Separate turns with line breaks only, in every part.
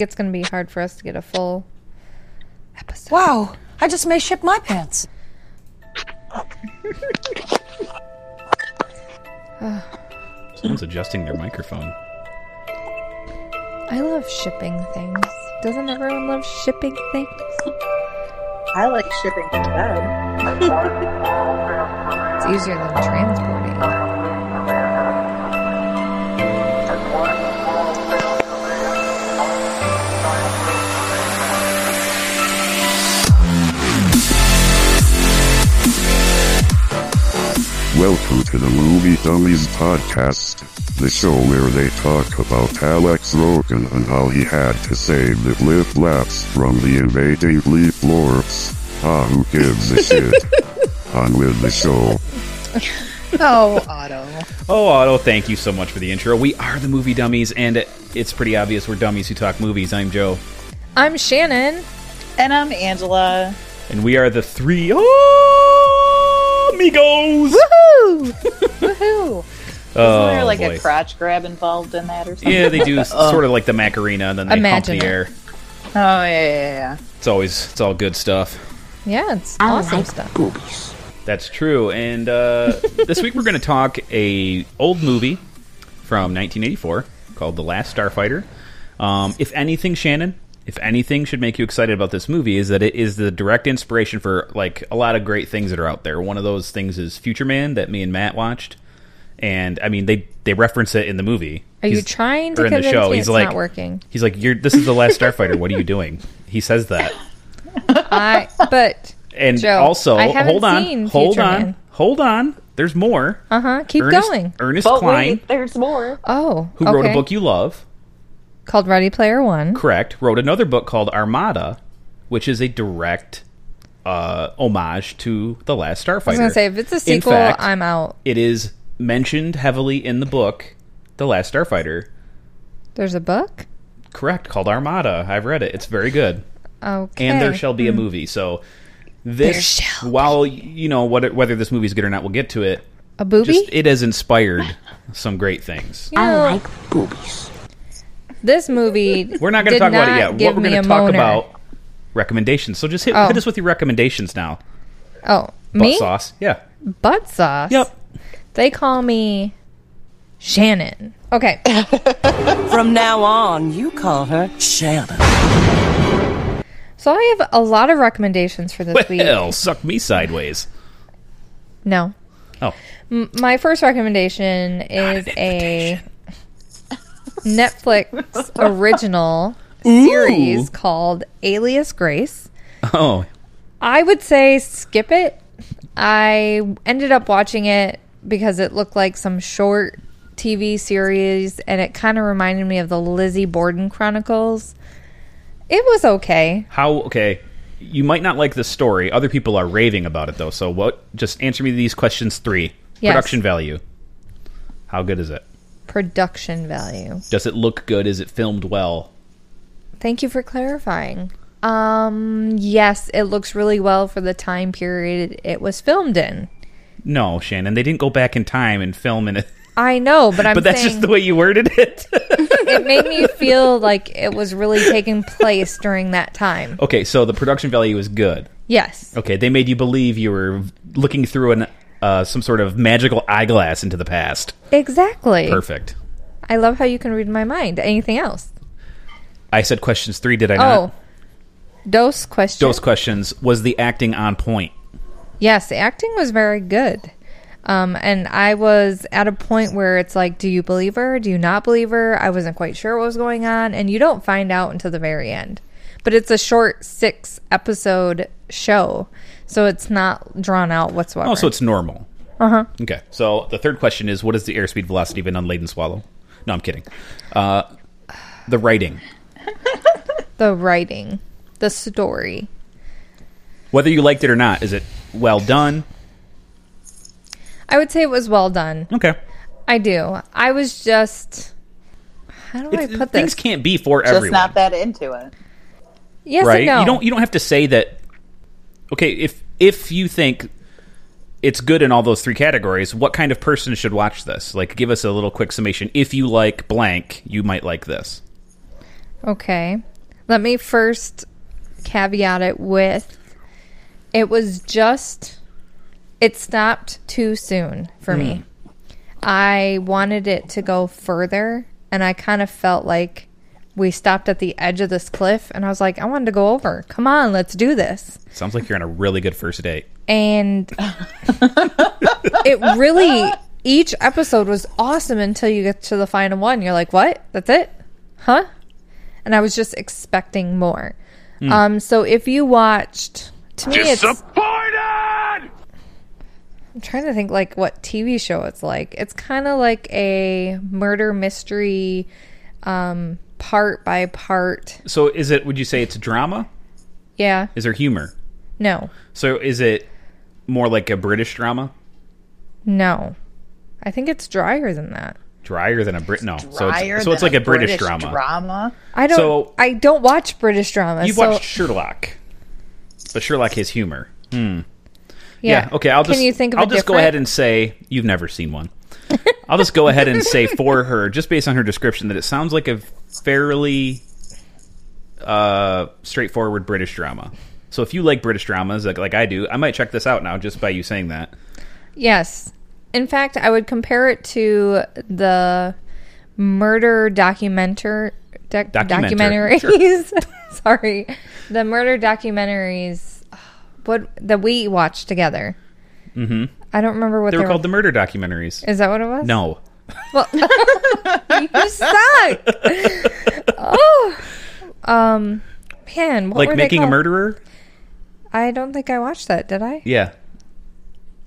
It's going to be hard for us to get a full episode.
Wow, I just may ship my pants.
Someone's adjusting their microphone.
I love shipping things. Doesn't everyone love shipping things?
I like shipping to bed.
It's easier than transporting.
Welcome to the Movie Dummies Podcast, the show where they talk about Alex Rogan and how he had to save the flip laps from the invading leaf lords. Ah, who gives a shit? On with the show.
Oh, Otto.
Oh, Otto, thank you so much for the intro. We are the movie dummies, and it's pretty obvious we're dummies who talk movies. I'm Joe,
I'm Shannon.
And I'm Angela.
and we are the three
Woohoo!
amigos.
Woohoo!
Oh,
Isn't there like
boy.
a crotch grab involved in that or something?
Yeah, they do s- sort of like the Macarena, and then they
Uh, Imagine
pump
it.
the air.
Oh, yeah, yeah, yeah.
It's always it's all good stuff.
Yeah, it's awesome stuff.
That's true. And uh, this week we're going to talk a old movie from 1984 called The Last Starfighter. Um, if anything, Shannon, if anything should make you excited about this movie is that it is the direct inspiration for like a lot of great things that are out there. One of those things is Future Man that me and Matt watched. And I mean, they they reference it in the movie.
Are you
He's-
trying to
or in the
convince
show?
me
He's
it's
like
not working?
He's like, "You're this is the last Starfighter. What are you doing?" He says that.
I but
And
Joe,
also,
I haven't
hold on,
seen
hold
Future
on,
Man.
hold on. There's more.
uh huh. Keep
Ernest,
going.
Ernest
But
Klein,
wait, there's more.
Oh,
who wrote a book you love,
called Ready Player One.
correct, wrote another book called Armada, which is a direct uh, homage to The Last Starfighter.
I was gonna say if it's a
In
sequel,
fact,
I'm out.
It is mentioned heavily in the book The Last Starfighter,
There's a book.
correct, called Armada. I've read it. It's very good.
Okay. Hmm.
and there shall be a movie. So this,
shall
while you know whether whether this movie's good or not, we'll get to it.
a booby.
Just it has inspired some great things.
You know, This movie.
We're not
did
going to talk about it
not
yet.
give
What we're
me
going
a
to talk
moaner.
about recommendations. So just hit,
Oh.
hit us with your recommendations now.
Oh,
Butt
me?
sauce. Yeah.
Butt sauce.
Yep.
They call me Shannon. Okay.
From now on, you call her Shannon.
So I have a lot of recommendations for this week.
Well, suck me sideways.
No.
Oh,
M- my first recommendation is a Netflix original series called Alias Grace.
oh,
I would say skip it. I ended up watching it because it looked like some short TV series and it kind of reminded me of the Lizzie Borden Chronicles. It was okay.
how? Okay, you might not like this story. Other people are raving about it though. So what? Just answer me these questions three.
Yes.
Production value. How good is it?
Production value.
Does it look good? Is it filmed well?
Thank you for clarifying. Um, yes, it looks really well for the time period it was filmed in.
No, Shannon. They didn't go back in time and film in it.
I know, but I'm
But that's
saying
just the way you worded it.
it made me feel like it was really taking place during that time.
okay, so the production value is good.
Yes.
Okay, they made you believe you were looking through an uh, some sort of magical eyeglass into the past.
Exactly.
Perfect.
I love how you can read my mind. Anything else?
I said questions three, did I
Oh,
not?
dose question.
Those questions was the acting on point.
Yes, the acting was very good. Um, and I was at a point where it's like, do you believe her? Do you not believe her? I wasn't quite sure what was going on. And you don't find out until the very end. But it's a short six episode show. So it's not drawn out whatsoever.
Oh, so it's normal.
Uh-huh.
Uh huh. Okay. So the third question is, what is the airspeed velocity of an unladen swallow? No, I'm kidding. Uh, the writing,
the writing, the story.
whether you liked it or not, is it well done?
I would say it was well done.
Okay.
I do. I was just. How do I
It's-
put this?
things can't be for
Just
everyone.
not that into it.
yes
right?
and no.
You don't you don't have to say that. Okay, if if you think it's good in all those three categories, what kind of person should watch this? Like, give us a little quick summation. If you like blank, you might like this.
Okay. Let me first caveat it with it was just it stopped too soon for me. I wanted it to go further and I kind of felt like we stopped at the edge of this cliff and I was like I wanted to go over. Come on, let's do this.
Sounds like you're on a really good first date.
And it really each episode was awesome until you get to the final one. You're like, "What? That's it?" Huh? and I was just expecting more.
Hmm.
Um, so if you watched, to me, it's. I'm trying to think like what TV show it's like. It's kind of like a murder mystery, um, part by part.
So is it? Would you say it's drama?
Yeah.
Is there humor?
No.
So is it more like a British drama,
No. I think it's drier than that.
drier than a Brit? No. so
Drier
it's, so it's
than
like a British, drama.
drama.
I don't.
So-
I don't watch British dramas.
You
so,
watched Sherlock, but Sherlock has humor.
Yeah.
Okay. I'll just
Can you think of
I'll
a
just go
different-
ahead and say you've never seen one. I'll just go ahead and say for her, just based on her description, that it sounds like a fairly uh, straightforward British drama. So if you like British dramas like, like I do, I might check this out now just by you saying that.
Yes. In fact, I would compare it to the murder documenter, doc-
Documentary.
documentaries. Sorry, the murder documentaries. What that we watched together. Mm-hmm. I don't remember what
They were called the murder documentaries.
Is that what it was?
No.
Well, you suck. oh, um, man. What
Like
were they
making a
called?
murderer?
I don't think I watched that. Did I?
Yeah.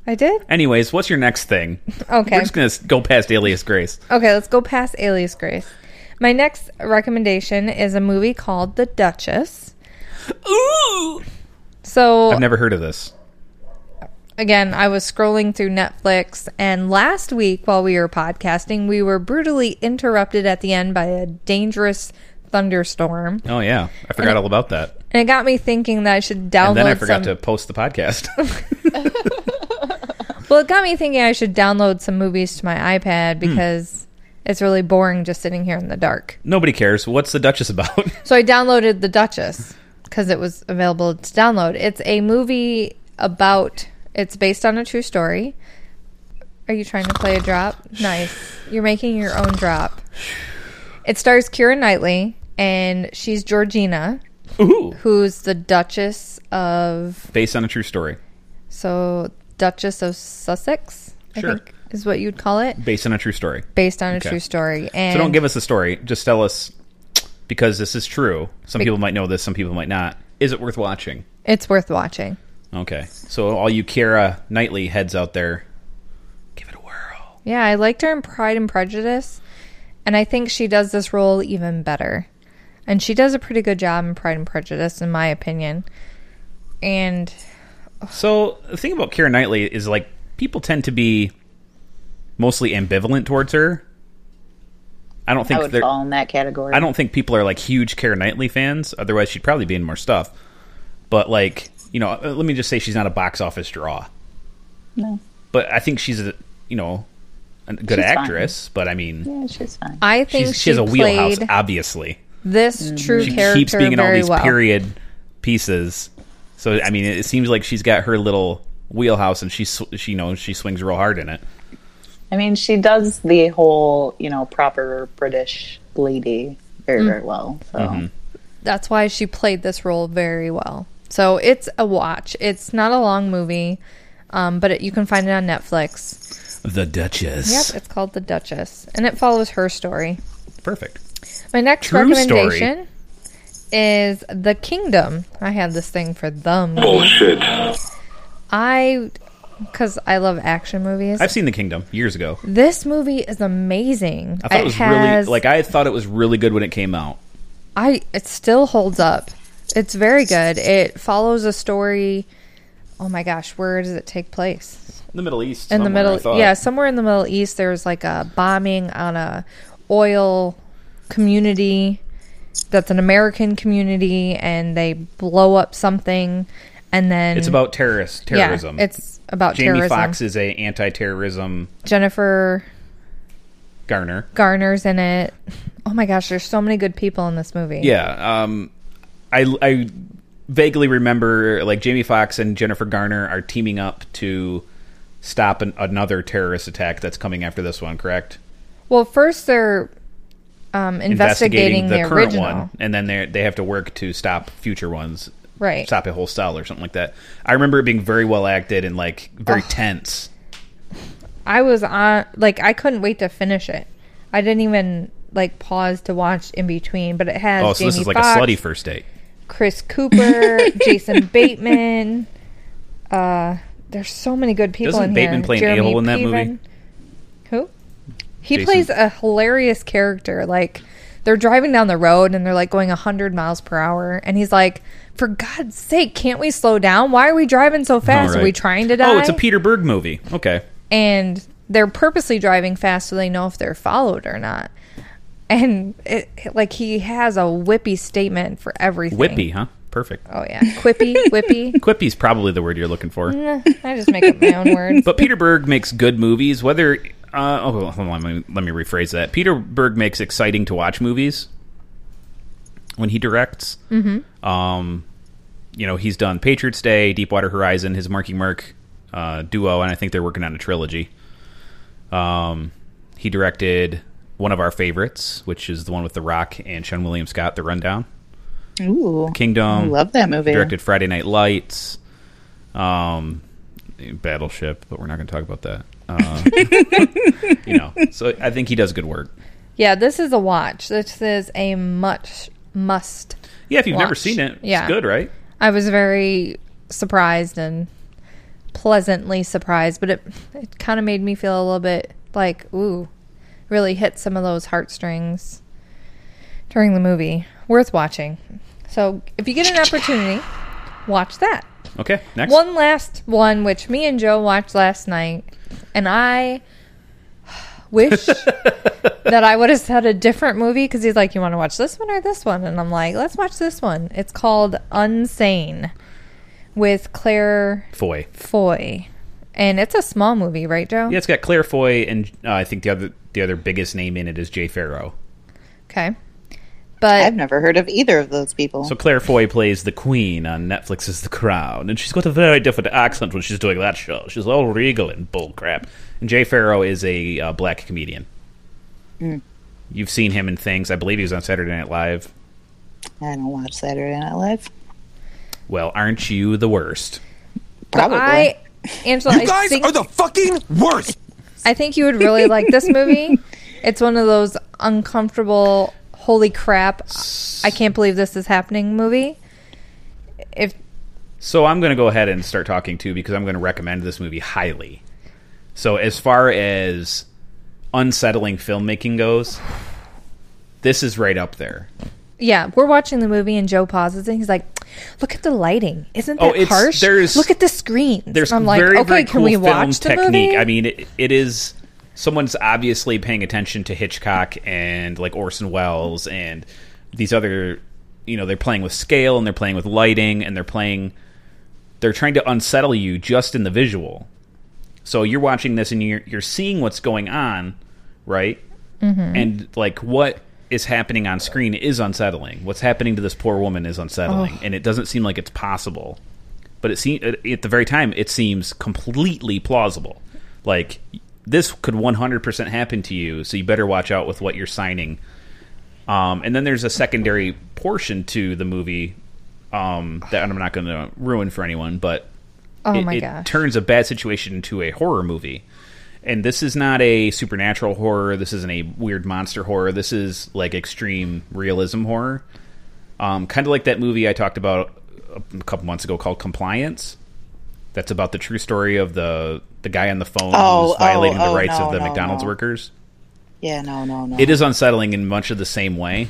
I did.
Anyways, what's your next thing?
Okay.
We're just going to go past Alias Grace.
Okay, let's go past Alias Grace. My next recommendation is a movie called The Duchess. Ooh. So
I've never heard of this.
again, I was scrolling through Netflix, and last week while we were podcasting, we were brutally interrupted at the end by a dangerous thunderstorm,
Oh, yeah. I forgot all about that.
and it got me thinking that I should download.
And then I forgot
some-
to post the podcast.
Well, it got me thinking I should download some movies to my
Hmm.
iPad because it's really boring just sitting here in the dark.
Nobody cares. What's the Duchess about?
So I downloaded The Duchess because it was available to download. It's a movie about. It's based on a true story. Are you trying to play a drop? Nice. You're making your own drop. It stars Kira Knightley, and she's Georgina,
Ooh.
who's the Duchess of
Based on a true story.
so Duchess of Sussex.
Sure.
I think is what you'd call it,
Based on a true story.
based on a
Okay.
true story. And
So don't give us the story. Just tell us because this is true. Some people might know this, some people might not. Is it worth watching?
it's worth watching.
Okay. So all you Kira Knightley heads out there, give it a whirl.
Yeah, I liked her in Pride and Prejudice, and I think she does this role even better. And she does a pretty good job in Pride and Prejudice, in my opinion. And
So the thing about Kira Knightley is like people tend to be mostly ambivalent towards her. I don't
I
think
would
they're
fall in that category.
I don't think people are like huge Karen Knightley fans. Otherwise, she'd probably be in more stuff. But like, you know, uh, let me just say she's not a box office draw.
No.
But I think she's a, you know, a good
She's fine.
actress. But I mean,
Yeah, she's fine.
I think
she's,
she
she has a wheelhouse.
played
Obviously,
this true
she
character
keeps being in all
very
these
well.
period pieces. So I mean, it seems like she's got her little wheelhouse, and she sw- she you know she swings real hard in it.
I mean, she does the whole, you know, proper British lady very, very
Mm.
well. So
Mm-hmm.
That's why she played this role very well. So it's a watch. It's not a long movie, um, but it, you can find it on Netflix.
The Duchess.
Yep, it's called The Duchess, and it follows her story.
Perfect.
My next
True
recommendation is The Kingdom. I had this thing for the movie. Bullshit. I, because I love action movies.
I've seen The Kingdom years ago.
this movie is amazing.
I thought it, was
has-
really like I thought it was really good when it came out.
I it still holds up. It's very good. It follows a story. Oh my gosh, where does it take place?
the Middle East.
In the
somewhere, I
middle,
thought.
yeah, somewhere in the Middle East. There's like a bombing on a oil community that's an American community, and they blow up something, and then
It's about terrorist terrorism.
Yeah, it's about
Jamie
terrorism.
Foxx is a anti-terrorism
Jennifer
garner.
Garner's in it. Oh my gosh, there's so many good people in this movie.
Yeah. Um, I, I vaguely remember like Jamie Foxx and Jennifer Garner are teaming up to stop an, another terrorist attack that's coming after this one, correct?
Well, first they're um, investigating, the,
current
original.
one, and then they they have to work to stop future ones,
Right.
stop a whole style or something like that. I remember it being very well acted and like very tense.
I was on like I couldn't wait to finish it. I didn't even like pause to watch in between, but it has
Oh, so
Jamie
this is like
Foxx,
a slutty first date.
Chris Cooper, Jason Bateman. Uh, there's so many good people
Doesn't
in
Bateman
here.
play an
Jeremy
a-hole in that
Piven.
movie?
Who? He
Jason-
plays a hilarious character. Like they're driving down the road and they're like going 100 miles per hour, and he's like, "For God's sake, can't we slow down? Why are we driving so fast?
All
Are we
right.
trying to die?"
Oh, it's a Peter Berg movie. Okay.
and they're purposely driving fast so they know if they're followed or not. And it, like he has a whippy statement for everything.
Whippy, huh? Perfect.
Oh yeah, quippy, whippy.
Quippy's probably the word you're looking for.
Mm. I just make up my own words.
But Peter Berg makes good movies. Whether uh, oh, hold on, let me, let me rephrase that. Peter Berg makes exciting to watch movies when he directs. Mm-hmm. Um, you know, he's done Patriots Day, Deepwater Horizon, his Marky Mark uh, duo, and I think they're working on a trilogy. Um, he directed one of our favorites, which is the one with The Rock and Sean William Scott, The Rundown.
Ooh, I
Kingdom.
love that movie.
Directed Friday Night Lights, um, Battleship, but we're not going to talk about that. Uh, you know, so I think he does good work.
Yeah, this is a watch. This is a much must.
Yeah, if you've never
Watch.
seen it,
Yeah.
it's good, right?
I was very surprised and pleasantly surprised, but it it kind of made me feel a little bit like ooh, really hit some of those heartstrings during the movie. Worth watching. So if you get an opportunity, watch that.
Okay, next.
One last one, which me and Joe watched last night, and I wish that I would have said a different movie because he's like, "You want to watch this one or this one?" And I'm like, "Let's watch this one." It's called Unsane with Claire
Foy.
Foy, and it's a small movie, right, Joe?
Yeah, it's got Claire Foy, and uh, I think the other the other biggest name in it is Jay Farrow.
Okay, but
I've never heard of either of those people.
So Claire Foy plays the Queen on Netflix's The Crown, and she's got a very different accent when she's doing that show. She's all regal and bullcrap. And Jay Farrow is a uh, black comedian. You've seen him in things. I believe he was on Saturday Night Live.
I don't watch Saturday Night Live.
Well, aren't you the worst? Oh,
Probably.
I, Angela,
You
I
guys
think
are the fucking worst.
I think you would really like this movie. It's one of those uncomfortable, holy crap, I can't believe this is happening movie. If
So I'm going to go ahead and start talking too because I'm going to recommend this movie highly. So as far as unsettling filmmaking goes, this is right up there.
yeah, we're watching the movie and Joe pauses and he's like, "Look at the lighting, isn't
Oh,
that
it's-
harsh?
there's-
Look at the screens."
there's
I'm like,
very,
"Okay,
very
can
cool
we
film
watch the
technique.
movie?"
I mean, it, it is someone's obviously paying attention to Hitchcock and like Orson Welles and these other. You know, they're playing with scale and they're playing with lighting and they're playing. They're trying to unsettle you just in the visual. So you're watching this and you're you're seeing what's going on, right?
Mm-hmm.
And like what is happening on screen is unsettling. What's happening to this poor woman is unsettling, and it doesn't seem like it's possible but it seems at the very time it seems completely plausible. Like this could 100% happen to you, so you better watch out with what you're signing. Um, and then there's a secondary portion to the movie um, that I'm not going to ruin for anyone, but
oh
it,
my
it
gosh.
turns a bad situation into a horror movie. And this is not a supernatural horror. This isn't a weird monster horror. This is like extreme realism horror. Um, kind of like that movie I talked about a couple months ago called Compliance. That's about the true story of the the guy on the phone
Oh,
who's violating
oh,
the
oh,
rights
no,
of the
no,
McDonald's
no.
workers.
yeah, no, no, no.
It is unsettling in much of the same way,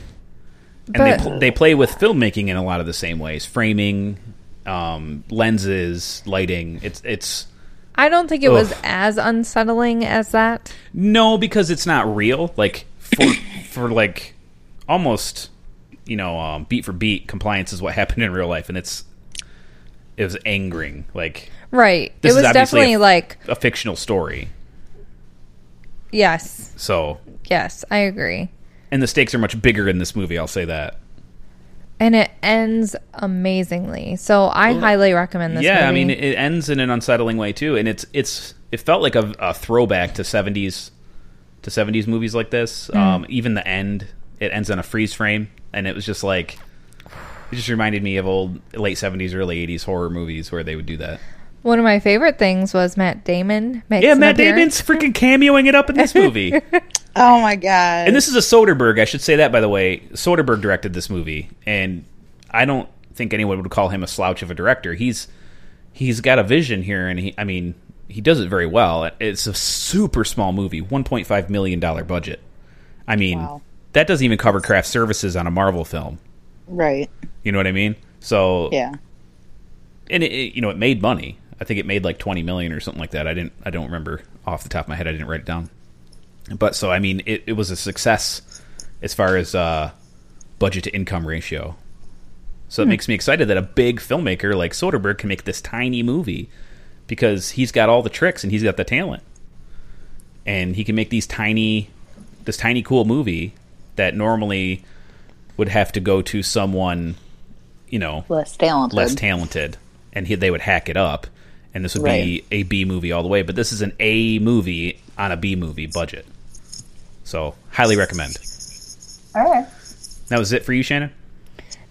and they
But-
pl- they play with filmmaking in a lot of the same ways: framing, um, lenses, lighting. It's it's
I don't think it was
Ugh.
as unsettling as that.
No, because it's not real. Like for for like almost you know um, beat for beat compliance is what happened in real life, and it's it was angering. Like
Right. it
This is
was
obviously a-
definitely like,
a fictional story.
yes.
So
Yes, I agree.
and the stakes are much bigger in this movie. I'll say that.
and it ends amazingly. So I highly recommend this.
yeah, I
movie.
mean, it it ends in an unsettling way too, and it's it's it felt like a, a throwback to seventies to seventies movies like this. Um, even the end, it ends on a freeze frame, and it was just like it just reminded me of old late seventies, early eighties horror movies where they would do that.
one of my favorite things was Matt Damon. Makes
Yeah,
an
Matt
appearance.
Damon's freaking cameoing it up in this movie.
Oh my god!
And this is a Soderbergh. I should say that by the way. Soderbergh directed this movie, and I don't think anyone would call him a slouch of a director. He's he's got a vision here, and he, I mean, he does it very well. It's a super small movie, one point five million dollar budget. I mean,
Wow.
that doesn't even cover craft services on a Marvel film.
right?
You know what I mean? So
Yeah.
and it, it- you know, it made money. I think it made like twenty million or something like that. I didn't, I don't remember off the top of my head. I didn't write it down. But so I mean, it, it was a success as far as uh, budget to income ratio. So it makes me excited that a big filmmaker like Soderbergh can make this tiny movie because he's got all the tricks and he's got the talent, and he can make these tiny, this tiny cool movie that normally would have to go to someone, you know,
Less talented.
less talented, and he, they would hack it up, and this would be
Right.
a B movie all the way. But this is an A movie on a B movie budget, so highly recommend.
All right.
That was it for you, Shannon.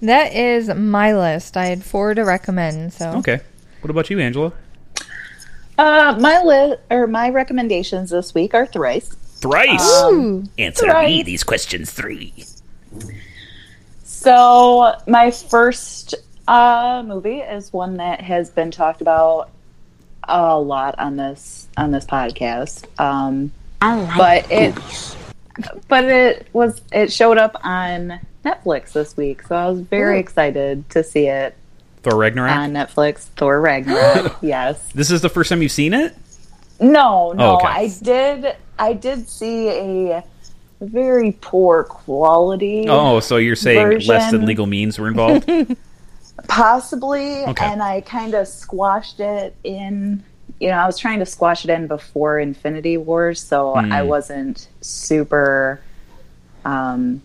That is my list. I had four to recommend. So
Okay. What about you, Angela?
Uh, my list or my recommendations this week are thrice.
Thrice
Ooh.
Um, answer me
Thrice.
these questions three.
So my first uh, movie is one that has been talked about a lot on this on this podcast. Um, but it but it was it showed up on Netflix this week, so I was very excited to see it
Thor Ragnarok.
on Netflix. Thor Ragnarok, yes.
this is the first time you've seen it.
No, no,
Oh, okay.
I did I did see a very poor quality.
Oh, so you're saying less than
Version.
legal means were involved?
possibly
Okay.
and i kind of squashed it in you know i was trying to squash it in before infinity wars so i
Hmm.
wasn't super um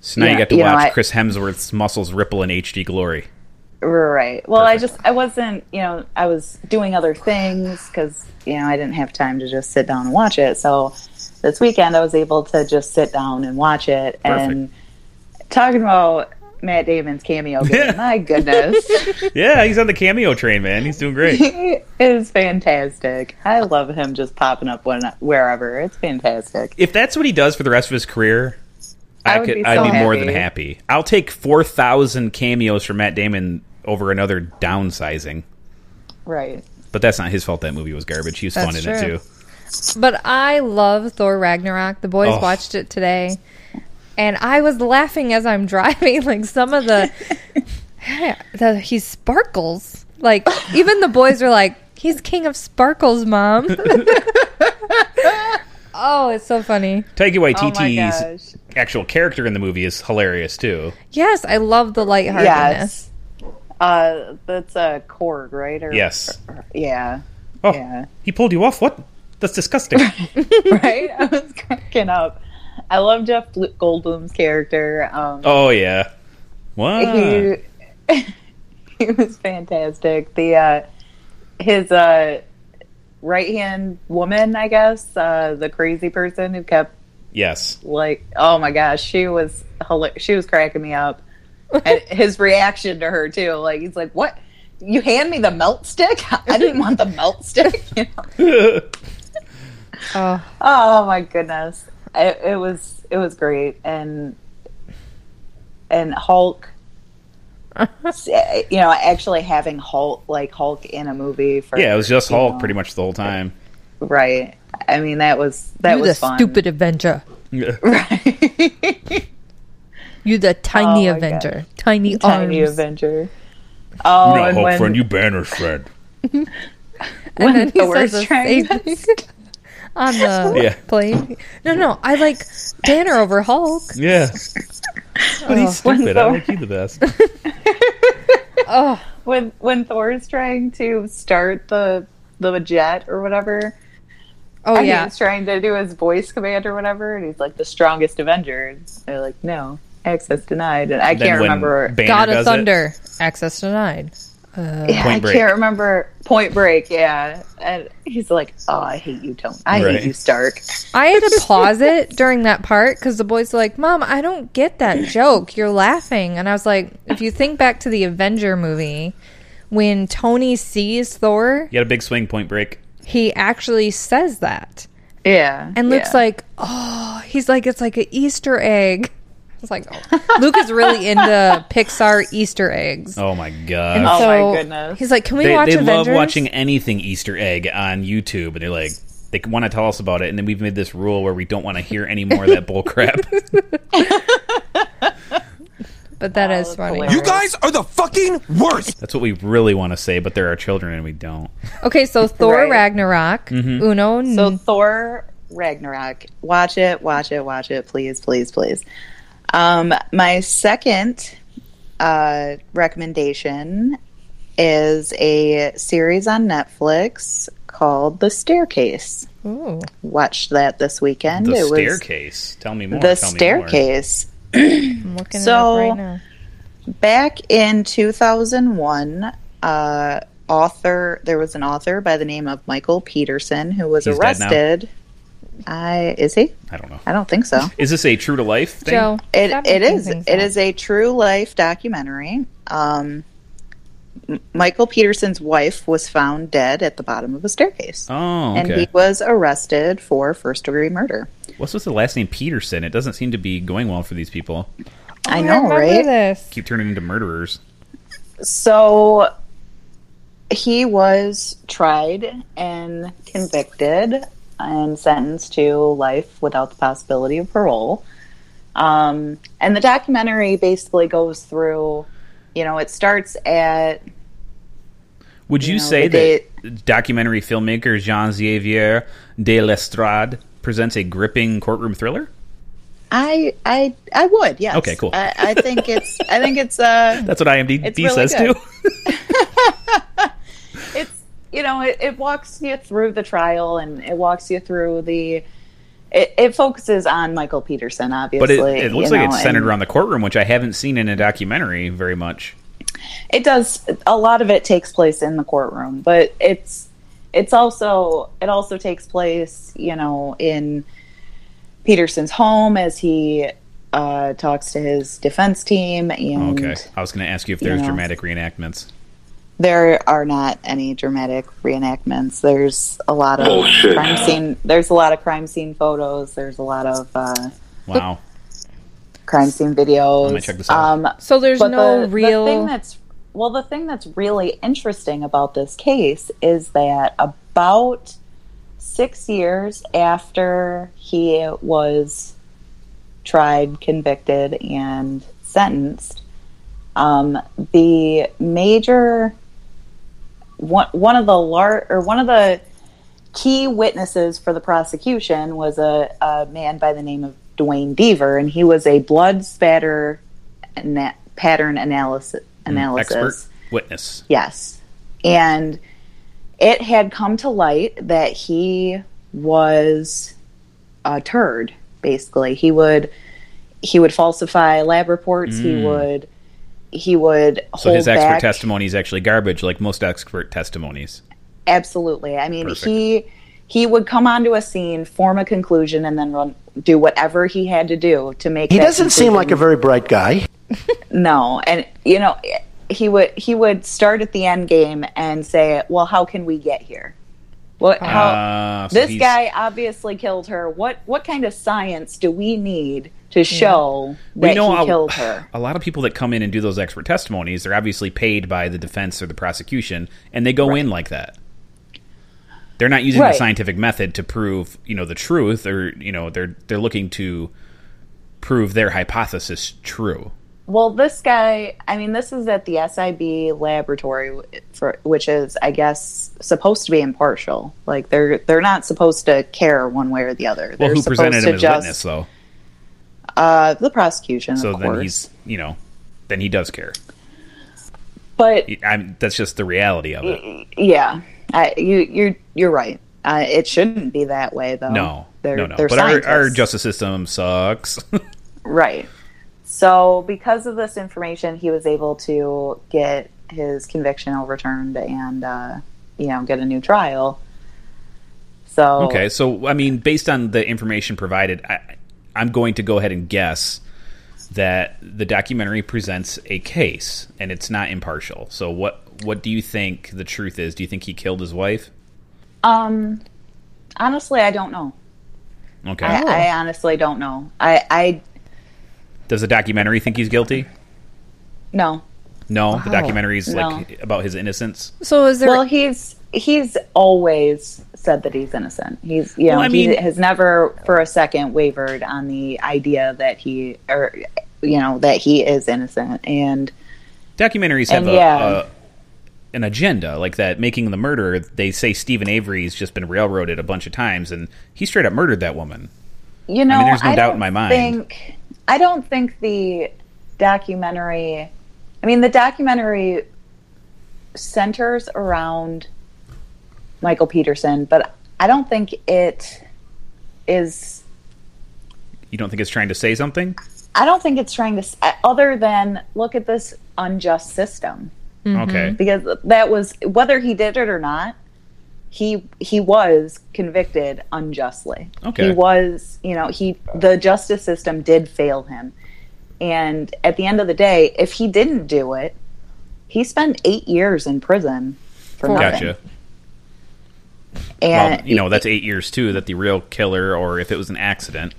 so now you
Yeah,
got to
you know,
watch
I-
Chris Hemsworth's muscles ripple in HD glory.
right well i
Perfect.
just i wasn't you know i was doing other things because you know i didn't have time to just sit down and watch it so this weekend i was able to just sit down and watch it and talking about matt damon's cameo game,
Yeah.
my goodness
Yeah, he's on the cameo train, man. He's doing great.
He is fantastic. I love him just popping up when, wherever. It's fantastic.
if that's what he does for the rest of his career, I,
I would
could
be
I'd
so
be more
happy.
than happy. I'll take four thousand cameos from Matt Damon over another downsizing.
Right.
But that's not his fault. That movie was garbage. He was fun
That's
in
true.
it too.
But I love Thor Ragnarok. The boys
Oh.
watched it today, and I was laughing as I'm driving. Like some of the, the he sparkles. Like even the boys are like, "He's king of sparkles, mom." oh, it's so funny.
Taika
Oh my
Waititi's
gosh.
actual character in the movie is hilarious too.
Yes, I love the lightheartedness.
Yes. Uh, that's a Korg, right? Or,
Yes.
Yeah.
Oh,
Yeah.
he pulled you off. What? That's disgusting.
Right? I was cracking up. I love Jeff Bl- Goldblum's character. Um,
oh yeah. What?
he, he was fantastic. The uh, his uh, right hand woman, I guess, uh, the crazy person who kept
Yes.
like oh my gosh she was hila- she was cracking me up and his reaction to her too like he's like what you hand me the melt stick i didn't want the melt stick you know?
Oh,
oh my goodness it, it was it was great and and hulk s- eh, you know actually having hulk like hulk in a movie for
Yeah, it was just
you
Hulk
know,
pretty much the whole time.
right i mean that was that
you
was
the
fun.
stupid Avenger.
right
You the tiny
Oh my
Avenger. Tiny,
tiny
arms.
avenger oh and when,
banner friend.
and then he
the worst
says the
train.
same on the
Yeah.
plane. No, no, I like Banner over Hulk.
Yeah. but he's
Oh,
stupid. I like you the best.
when when Thor is trying to start the the jet or whatever,
Oh
and
yeah.
he's trying to do his voice command or whatever, and he's like the strongest Avenger. And they're like, no, access denied. And I
Then
can't
when
remember.
Banner
God of
does it-
Thunder. Access denied.
yeah,
Point
I
Break.
can't remember Point Break. Yeah, and he's like, oh, I hate you, Tony. I
Right.
hate you, Stark.
I had to pause it during that part because the boys were like, "Mom, I don't get that joke. You're laughing." And I was like, "If you think back to the Avenger movie, when Tony sees Thor,
You got a big swing point break.
he actually says that."
Yeah,
And Luke's like, oh, he's like, it's like an Easter egg. I was like, oh. Luke is really into Pixar Easter eggs.
Oh my god.
Oh my goodness.
He's like, can we
they
watch
they
Avengers?
love watching anything Easter egg on YouTube, and they're like, they want to tell us about it, and then we've made this rule where we don't want to hear any more of that bull crap.
but that is
that's
funny.
hilarious.
You guys are the fucking worst.
That's what we really want to say, but there are children, and we don't.
Okay, so Thor
Right.
Ragnarok,
Mm-hmm.
Uno,
So
n-
Thor Ragnarok, watch it, watch it, watch it, please, please, please. Um, my second uh, recommendation is a series on Netflix called The Staircase.
ooh,
Watched that this weekend.
The
it was
staircase. Tell me more.
The
tell me more.
Staircase.
I'm looking
So-
it up right now.
back in 2001 uh, author there was an author by the name of michael peterson who was
He's dead now.
arrested i is he
I don't know.
i don't think so
Is this a true to life thing?
Joe,
it,
stop
it
making
is
things
it
up.
is a true life documentary um, M- michael peterson's wife was found dead at the bottom of a staircase
Oh,
and
okay.
he was arrested for first degree murder
What's with the last name Peterson? It doesn't seem to be going well for these people.
i
Oh, I
know
remember
right
This.
Keep turning into murderers.
So he was tried and convicted and sentenced to life without the possibility of parole. Um, and the documentary basically goes through, you know, it starts at
Would you,
You know,
say
they-
that documentary filmmaker Jean Xavier de Lestrade presents a gripping courtroom thriller?
I I I would yes.
Okay, cool.
I, I think it's I think it's uh
That's what IMDb
It's really
says
good.
too.
it's you know it, it walks you through the trial and it walks you through the it, it focuses on Michael Peterson
But
obviously.
it, it looks
you
like
know,
it's centered
and-
around the courtroom, which I haven't seen in a documentary very much.
it does a lot of it takes place in the courtroom but it's it's also it also takes place you know in peterson's home as he uh, talks to his defense team and
Okay, I was going to ask you if there's
know.
dramatic reenactments.
there are not any dramatic reenactments there's a lot of crime scene there's a lot of crime scene photos there's a lot of uh,
Wow,
crime scene videos
I might check this out.
um
So there's
But
no
the,
real.
the thing that's well the thing that's really interesting about this case is that about six years after he was tried convicted and sentenced um, the major one, one of the lar- or one of the key witnesses for the prosecution was a, a man by the name of Dwayne Deaver, and he was a blood spatter ana- pattern analysis analysis
Mm, expert witness.
Yes. And it had come to light that he was a turd, basically. He would he would falsify lab reports, he would he would hold
Mm. So his expert
back.
testimony is actually garbage, like most expert testimonies.
Absolutely. I mean,
Perfect.
he he would come onto a scene, form a conclusion, and then run, do whatever he had to do to make.
He
that
doesn't seem
conclusion.
like a very bright guy.
no, and you know, he would he would start at the end game and say, "Well, how can we get here? What how
Uh, so
this
he's-
guy obviously killed her. What what kind of science do we need to show that he
a-
killed her?
A lot of people that come in and do those expert testimonies, they're obviously paid by the defense or the prosecution, and they go in like that. They're not using
Right.
the scientific method to prove, you know, the truth, or you know, they're they're looking to prove their hypothesis true.
Well, this guy, I mean, this is at the SIB laboratory, for, which is, I guess, supposed to be impartial. Like they're they're not supposed to care one way or the other.
Well,
they're
who presented
supposed
him
to
as witness, though?
Uh, the prosecution,
So
of
then
course.
he's, you know, then he does care.
but
He- I'm, that's just the reality of it.
yeah, I, you you're you're right. Uh, it shouldn't be that way, though.
No,
they're,
no, no.
They're
But our, our
scientists.
justice system sucks.
Right. So, because of this information, he was able to get his conviction overturned and, uh, you know, get a new trial. So,
okay, so I mean, based on the information provided, I, I'm going to go ahead and guess that the documentary presents a case and it's not impartial. So what what do you think the truth is? Do you think he killed his wife?
um, honestly, I don't know.
Okay.
I, I honestly don't know. I, I,
Does the documentary think he's guilty?
no.
No, the documentary is
No.
like about his innocence.
So is there?
Well, he's, he's always said that he's innocent. He's, you know,
Well, I
he
mean-
has never for a second wavered on the idea that he, or, you know, that he is innocent. And,
Documentaries have
And
a,
yeah.
a an agenda like that. Making the murderer, they say Stephen Avery's just been railroaded a bunch of times, and he straight up murdered that woman.
You know,
mean, there's no doubt in
don't
my mind.
Think, I don't think the documentary. I mean, the documentary centers around Michael Peterson, but I don't think it is.
You don't think it's trying to say something?
I don't think it's trying to, s- other than look at this unjust system,
Okay.
because that was whether he did it or not. He he was convicted unjustly.
Okay.
He was, you know, he the justice system did fail him. And at the end of the day, if he didn't do it, he spent 8 years in prison for nothing.
Gotcha.
And
Well, you know, that's eight years too. That the real killer, or if it was an accident,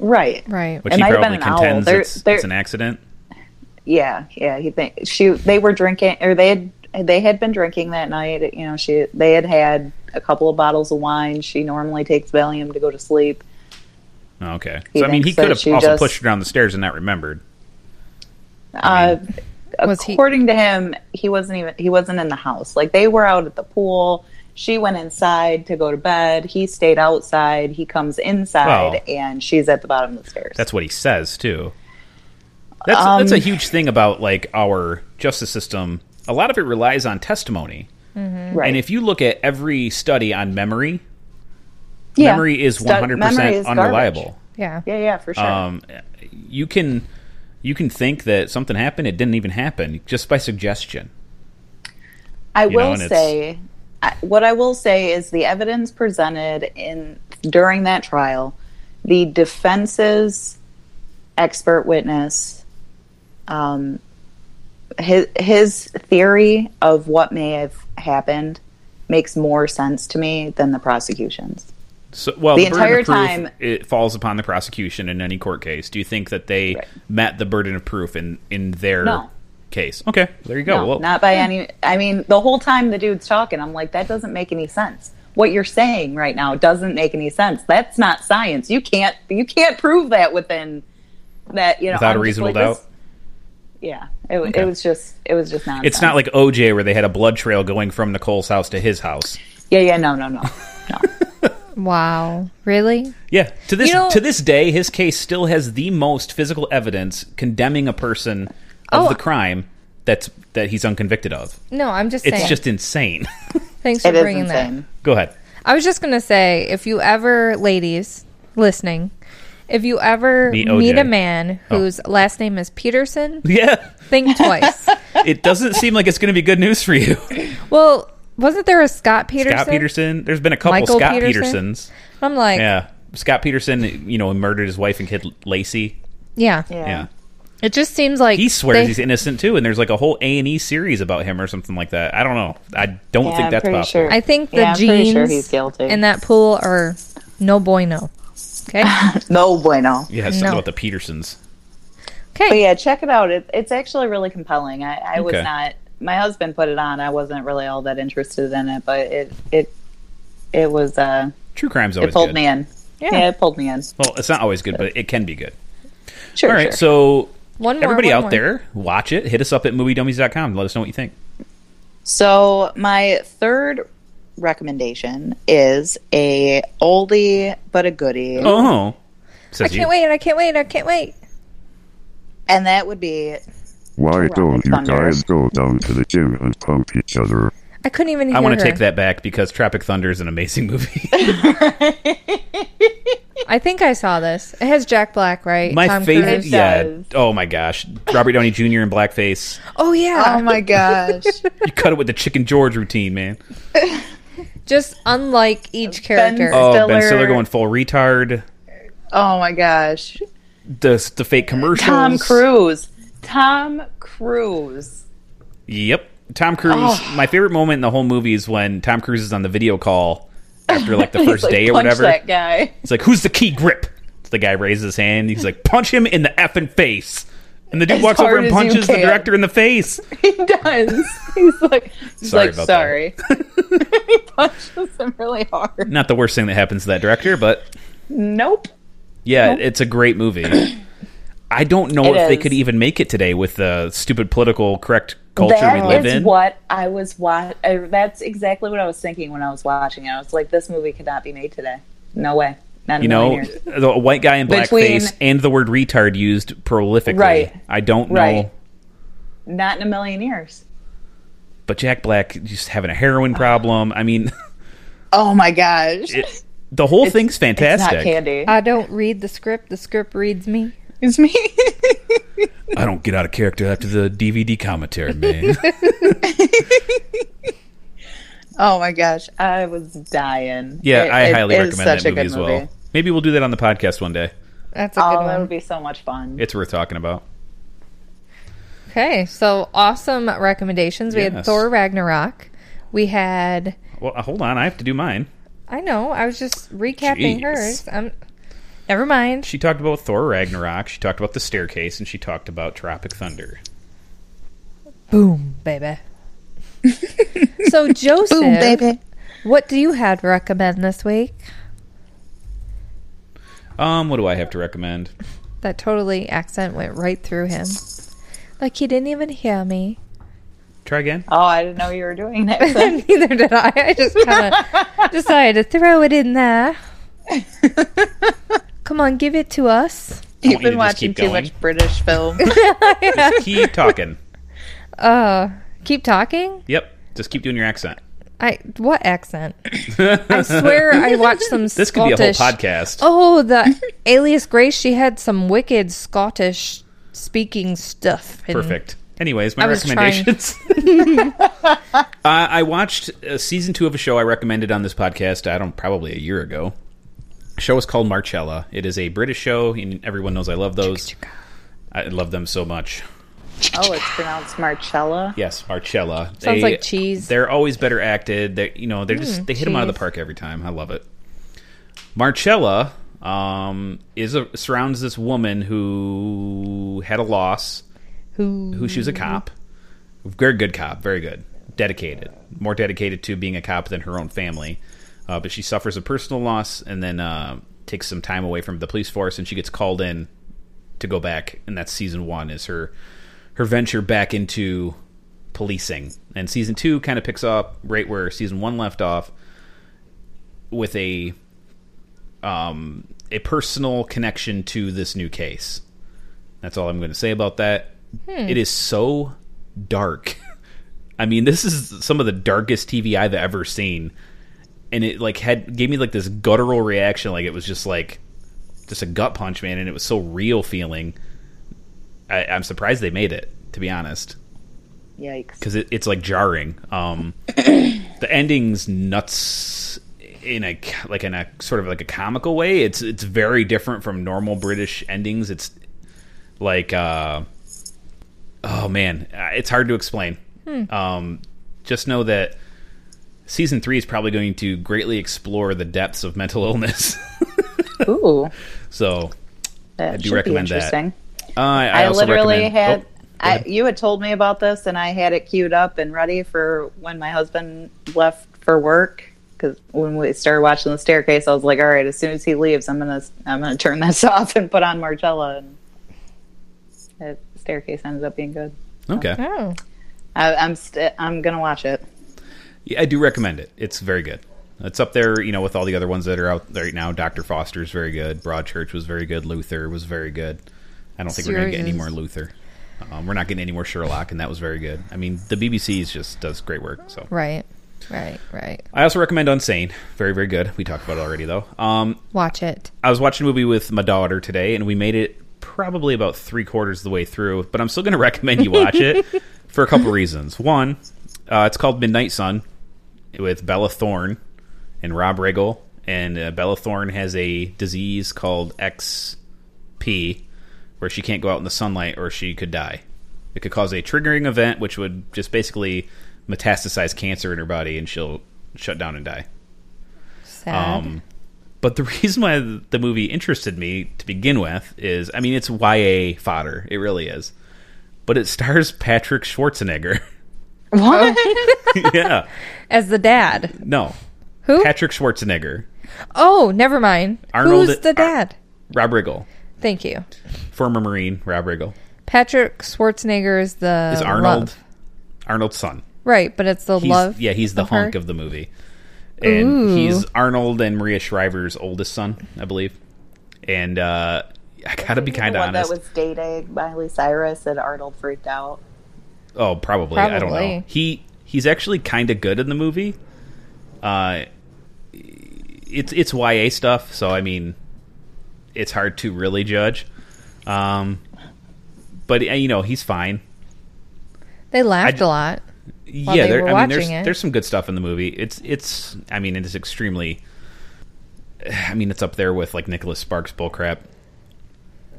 right.
right.
which
It
he
might have
probably
been an owl.
contends
There-
it's,
there-
it's an accident.
Yeah, yeah, he think she they were drinking or they had they had been drinking that night, you know, she they had had a couple of bottles of wine. She normally takes Valium to go to sleep.
Oh, okay.
He
so I mean, he
thinks that
could have
she
also
just-
pushed her down the stairs and not remembered.
Uh,
Was he-
according to him, he wasn't even he wasn't in the house. Like they were out at the pool. She went inside to go to bed. He stayed outside. He comes inside,
Well-
and she's at the bottom of the stairs.
That's what he says too. That's
Um,
that's a huge thing about like our justice system. A lot of it relies on testimony,
Mm-hmm. right.
and if you look at every study on memory,
Yeah.
memory is
Stu-
one hundred
memory is
percent
garbage.
unreliable.
Yeah.
yeah, yeah, for sure.
Um, you can you can think that something happened, it didn't even happen, just by suggestion.
I
you know,
will
and it's-
say, I, what I will say is the evidence presented in during that trial, the defense's expert witness, um, his his theory of what may have happened makes more sense to me than the prosecution's.
So, well,
The
the, burden
entire
of proof,
time-
it falls upon the prosecution in any court case. Do you think that they met the burden of proof in in their
No.
case? Okay, there you go.
No,
well,
Oh, not by any. I mean, the whole time the dude's talking, I'm like, that doesn't make any sense. What you're saying right now doesn't make any sense. That's not science. You can't. You can't prove that within that. You know,
Without a
I'm just
reasonable
like, this-
doubt?
Yeah, it, w it was just. It was just nonsense.
it's not like OJ where they had a blood trail going from Nicole's house to his house.
Yeah, yeah, no, no, no, no.
Wow. Really?
Yeah, to this
You know-
to this day, his case still has the most physical evidence condemning a person of
Oh.
the crime that's that he's unconvicted of.
No, I'm just
It's
saying.
just insane.
Thanks for
It is
bringing that.
insane.
go ahead.
I was just gonna say, if you ever, ladies listening, if you ever
Meet Oh.
meet,
OJ.
a man whose last name is Peterson,
Yeah,
think twice.
it doesn't seem like it's going to be good news for you.
well, wasn't there a Scott Peterson?
Scott Peterson. There's been a couple
Michael
Scott
Peterson?
Petersons.
I'm like, yeah.
Yeah. Scott Peterson, you know, murdered his wife and kid Lacey.
Yeah.
Yeah.
It just seems like
He swears
they-
he's innocent too, and there's like a whole A and E series about him or something like that. I don't know. I don't
Yeah,
think
I'm
that's
pretty
possible.
sure.
I think the
Yeah, I'm pretty
genes
sure he's guilty.
in that pool are no bueno. Okay.
no bueno.
Yeah, it's
No.
something about the Petersons.
But
Okay.
yeah, check it out. It, it's actually really compelling. I, I was
Okay.
not. My husband put it on. I wasn't really all that interested in it, but it it it was. uh
True crime's
It
always
pulled
good.
me in. Yeah. it pulled me in.
Well, it's not always good, but it can be good.
Sure.
All right,
sure.
so
One more.
everybody
one
out
more.
there, watch it. Hit us up at moviedummies.com. Let us know what you think.
So my third recommendation is a oldie but a goodie,
Oh, says
I
you.
can't wait. I can't wait. I can't wait.
and that would be
Why
Rocket
don't you
Thunder.
guys go down to the gym and pump each other?
I couldn't even hear
I want to
her.
take that back because Tropic Thunder is an amazing movie.
I think I saw this. It has Jack Black, right?
my
Tom
favorite,
Cruise.
yeah.
does.
Oh my gosh, Robert Downey Jr. in blackface.
Oh yeah.
Oh my gosh.
You cut it with the Chicken George routine, man.
Just unlike each character.
Oh, Ben Stiller
Stiller.
going full retard.
Oh my gosh.
The the fake commercials.
Uh, Tom Cruise. Tom Cruise.
Yep. Tom Cruise.
Oh.
My favorite moment in the whole movie is when Tom Cruise is on the video call after like the first
Like,
day or
punch
whatever.
that guy.
It's like, who's the key grip? The guy raises his hand. He's like, punch him in the effing face. And the dude
As
walks over
hard
and
as you
punches the
can.
director in the face.
He does. He's like, he's
Sorry
like
about that.
sorry. he punches him really hard.
Not the worst thing that happens to that director, but
Nope.
yeah, it's a great movie. I don't know
It
if they
is.
could even make it today with the stupid political correct culture we
That
live
is
in.
what I was watching. That's exactly what I was thinking when I was watching it. I was like, this movie could not be made today. No way. Not in
you
a
know,
million years.
the- a white guy in
Between-
blackface and the word retard used prolifically.
Right.
I don't know.
Right. Not in a million years.
But Jack Black just having a heroin problem. I mean,
Oh my gosh.
it, the whole thing's
It's
fantastic.
not candy.
I don't read the script. The script reads me.
It's me.
I don't get out of character after the DVD commentary, man.
oh my gosh.
I was dying.
yeah,
It-
I
it
highly
is
recommend that
such a
movie as
good
well.
movie.
Maybe we'll do that on the podcast one day.
That's a
Oh,
good
that
one.
would be so much fun.
It's worth talking about.
Okay, so awesome recommendations. We had
Yes.
Thor Ragnarok. We had
Well, uh, hold on, I have to do mine.
I know, I was just recapping
Jeez.
hers. I'm never mind.
She talked about Thor Ragnarok. She talked about the staircase, and she talked about Tropic Thunder.
Boom, baby. so Joseph,
Oh,
Boom, baby.
what do you have to recommend this week?
Um, what do I have to recommend?
That totally accent went right through him. Like he didn't even hear me.
Try again.
Oh, I didn't know you were doing that.
Neither did I. I just kind of decided to throw it in there. Come on, give it to us.
I
You've
want you
been watching
to just keep
too
going.
much British film.
Just keep talking.
Uh, keep talking.
Yep. Just keep doing your accent.
I what accent? I swear I watched some.
This could
Scottish.
be a whole podcast.
Oh, the Alias Grace. She had some wicked Scottish speaking stuff. and-
Perfect. Anyways, my
I was
recommendations. uh, I watched uh, season two of a show I recommended on this podcast. I don't probably a year ago. The show is called Marcella. It is a British show, and everyone knows I love those. I love them so much.
oh, it's pronounced Marcella.
Yes, Marcella.
Sounds like cheese. Hmm,
They're always better acted. They you know they're just they hit them out of the
cheese.
park every time. I love it. Marcella um, is a, surrounds this woman who had a loss.
Who-
Who she was a cop. Very good cop. Very good. Dedicated. More dedicated to being a cop than her own family. Uh, but she suffers a personal loss and then uh, takes some time away from the police force, and she gets called in to go back. And that's season one is her her venture back into policing. And season two kind of picks up right where season one left off with a um, a personal connection to this new case. That's all I'm going to say about that. It is so dark. I mean, this is some of the darkest TV I've ever seen, and it like had gave me like this guttural reaction. Like it was just like just a gut punch, man, and it was so real feeling. I, I'm surprised they made it, to be honest
Yikes.
because it, it's like jarring. Um, the ending's nuts in a c- like in a sort of like a comical way. It's it's very different from normal British endings. It's like uh, oh man, uh, it's hard to explain.
Hmm.
Um, just know that season three is probably going to greatly explore the depths of mental illness.
Ooh.
so
That I
do recommend that.
interesting.
uh, I,
I,
also
literally
recommend-
had.
oh,
I, you had told me about this, and I had it queued up and ready for when my husband left for work. Because when we started watching the staircase, I was like, "All right, as soon as he leaves, I'm gonna I'm gonna turn this off and put on Marcella." And the staircase ended up being good.
okay.
Oh,
I, I'm st- I'm gonna watch it.
Yeah, I do recommend it. It's very good. It's up there, you know, with all the other ones that are out right now. Doctor Foster's very good. Broadchurch was very good. Luther was very good. I don't think we're gonna
Series
get any
is-
more Luther. Um, we're not getting any more Sherlock, and that was very good. I mean, the BBC is just does great work. So
Right. Right. Right.
I also recommend Unsane. Very, very good. We talked about it already, though. Um,
Watch it.
I was watching a movie with my daughter today, and we made it probably about three quarters of the way through. But I'm still going to recommend you watch it for a couple reasons. One, uh, it's called Midnight Sun with Bella Thorne and Rob Riggle, and uh, Bella Thorne has a disease called XP, where she can't go out in the sunlight or she could die. It could cause a triggering event, which would just basically metastasize cancer in her body, and she'll shut down and die.
Sad.
Um, But the reason why the movie interested me to begin with is, I mean, it's YA fodder. It really is. But it stars Patrick Schwarzenegger.
What?
yeah.
As the dad.
No.
Who?
Patrick Schwarzenegger.
oh, never mind.
Arnold-
Who's the dad?
Rob Riggle.
Thank you.
Former Marine, Rob Riggle.
Patrick Schwarzenegger is the
Is Arnold.
Oh, love.
Arnold's son.
Right, but it's the
He's,
love.
Yeah, he's the
of her?
hunk of the movie. And
Ooh.
he's Arnold and Maria Shriver's oldest son, I believe. And uh, I gotta be kind of
one that
honest.
was dating Miley Cyrus and Arnold freaked out.
Oh, probably. I don't know.
Probably.
He he's actually kind of good in the movie. Uh, it's it's YA stuff, so I mean, it's hard to really judge. Um, but uh, you know, he's fine.
They laughed
I-
a lot. While
yeah,
they
there,
were
I mean,
watching
there's
it.
there's some good stuff in the movie. It's it's I mean, it is extremely. I mean, it's up there with like Nicholas Sparks bullcrap.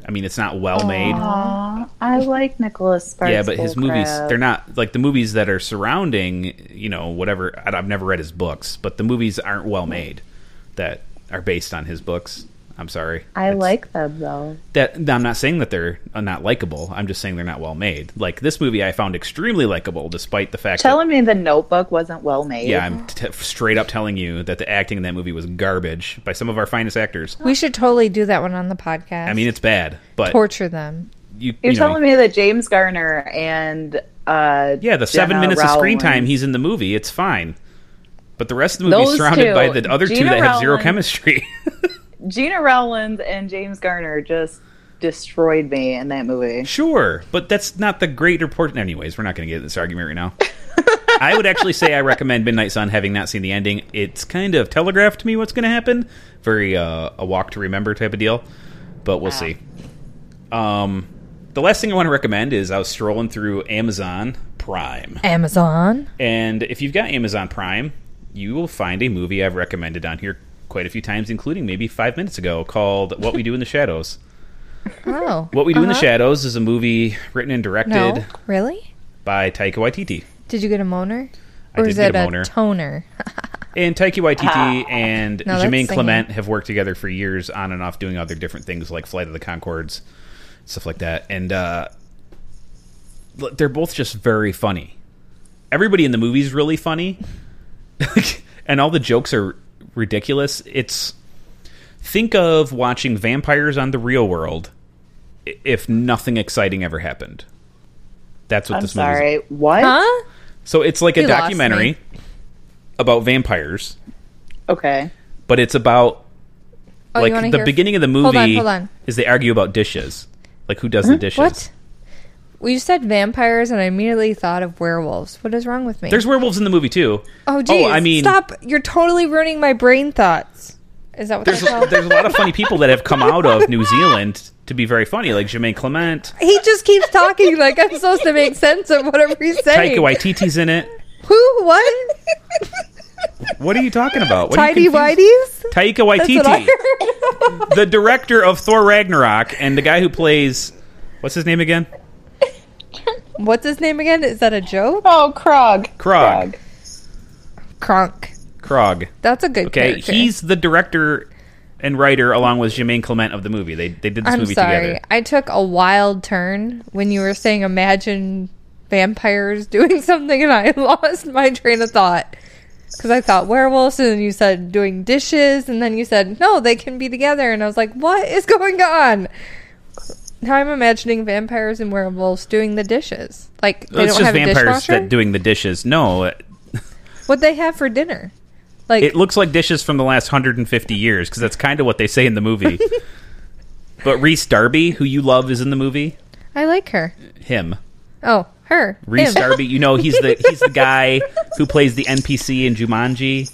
I mean, it's not well made.
I like Nicholas Sparks.
yeah, but his movies,
bullcrap.
they're not like the movies that are surrounding, you know, whatever. I- I've never read his books, but the movies aren't well made that are based on his books. I'm sorry.
I
It's-
like them though.
that. I'm not saying that they're uh, not likable. I'm just saying they're not well made. Like this movie, I found extremely likable, despite the fact that
Telling me the Notebook wasn't well made.
yeah, I'm t- straight up telling you that the acting in that movie was garbage by some of our finest actors.
Oh.
We should totally do that one on the podcast.
I mean, it's bad, but
torture them.
you,
You're
you know,
telling me that James Garner and uh
Yeah, the seven
Jenna
minutes of screen
Rowland-
time he's in the movie, it's fine. But the rest of the movie is
Those
surrounded
two,
by the other two
Gina
that have zero
Rowland-
chemistry.
Gina Rowlands and James Garner just destroyed me in that movie.
sure, but that's not the greater portion. Anyways, we're not going to get into this argument right now. I would actually say I recommend Midnight Sun, having not seen the ending. It's kind of telegraphed to me what's going to happen. Very uh, a walk to remember type of deal, but we'll see. Um, the last thing I want to recommend is I was strolling through Amazon Prime.
Amazon.
And if you've got Amazon Prime, you will find a movie I've recommended on here quite a few times, including maybe five minutes ago, called What We Do in the Shadows.
Oh.
What We Do in the
Uh-huh.
Shadows is a movie written and directed
No. Really?
by Taika Waititi.
Did you get a moaner?
I
Or
did
is it
get a
a,
moaner.
toner?
And Taika Waititi and
No, that's
Jermaine
singing.
Clement have worked together for years on and off doing other different things like Flight of the Concords, stuff like that. And uh, l- they're both just very funny. Everybody in the movie's really funny. and all the jokes are ridiculous. It's think of watching vampires on the real world i- if nothing exciting ever happened. That's what
I'm
this movie is
sorry. What?
Huh? Oh,
so it's like a
You lost
documentary
me.
about vampires,
Okay.
but it's about
Oh, you
like
want to
the
hear?
beginning of the movie
Hold on, hold on. Hmm?
is they argue about dishes. Like who does the dishes?
What? Well, you said vampires, and I immediately thought of werewolves. What is wrong with me?
There's werewolves in the movie too.
oh, geez.
I mean,
stop! You're totally ruining my brain thoughts. Is that what
There's
that's called?
there's a lot of funny people that have come out of New Zealand to be very funny, like Jermaine Clement,
he just keeps talking like I'm supposed to make sense of whatever he's saying.
Taika Waititi's in it.
Who? What?
What are you talking about? What are
Tidy
you confused?
whities?
Taika
That's what I
Waititi,
heard.
the director of Thor Ragnarok, and the guy who plays what's his name again?
What's his name again? Is that a joke?
oh, Krog.
Krog.
Kronk.
Krog.
That's a good
Okay,
character.
he's the director and writer along with Jermaine Clement of the movie. They they did this
I'm
movie
sorry.
together. Oh,
I took a wild turn when you were saying imagine vampires doing something, and I lost my train of thought because I thought werewolves, and then you said doing dishes, and then you said no, they can be together, and I was like, what is going on? Now I'm imagining vampires and werewolves doing the dishes. Like they
it's
don't
just
have a
vampires
dishwasher.
that doing the dishes. No, it-
what they have for dinner? Like
it looks like dishes from the last 150 years because that's kind of what they say in the movie. but Reese Darby, who you love, is in the movie.
I like her.
Him.
Oh, her.
Reese
Him.
Darby, you know he's the he's the guy who plays the NPC in Jumanji.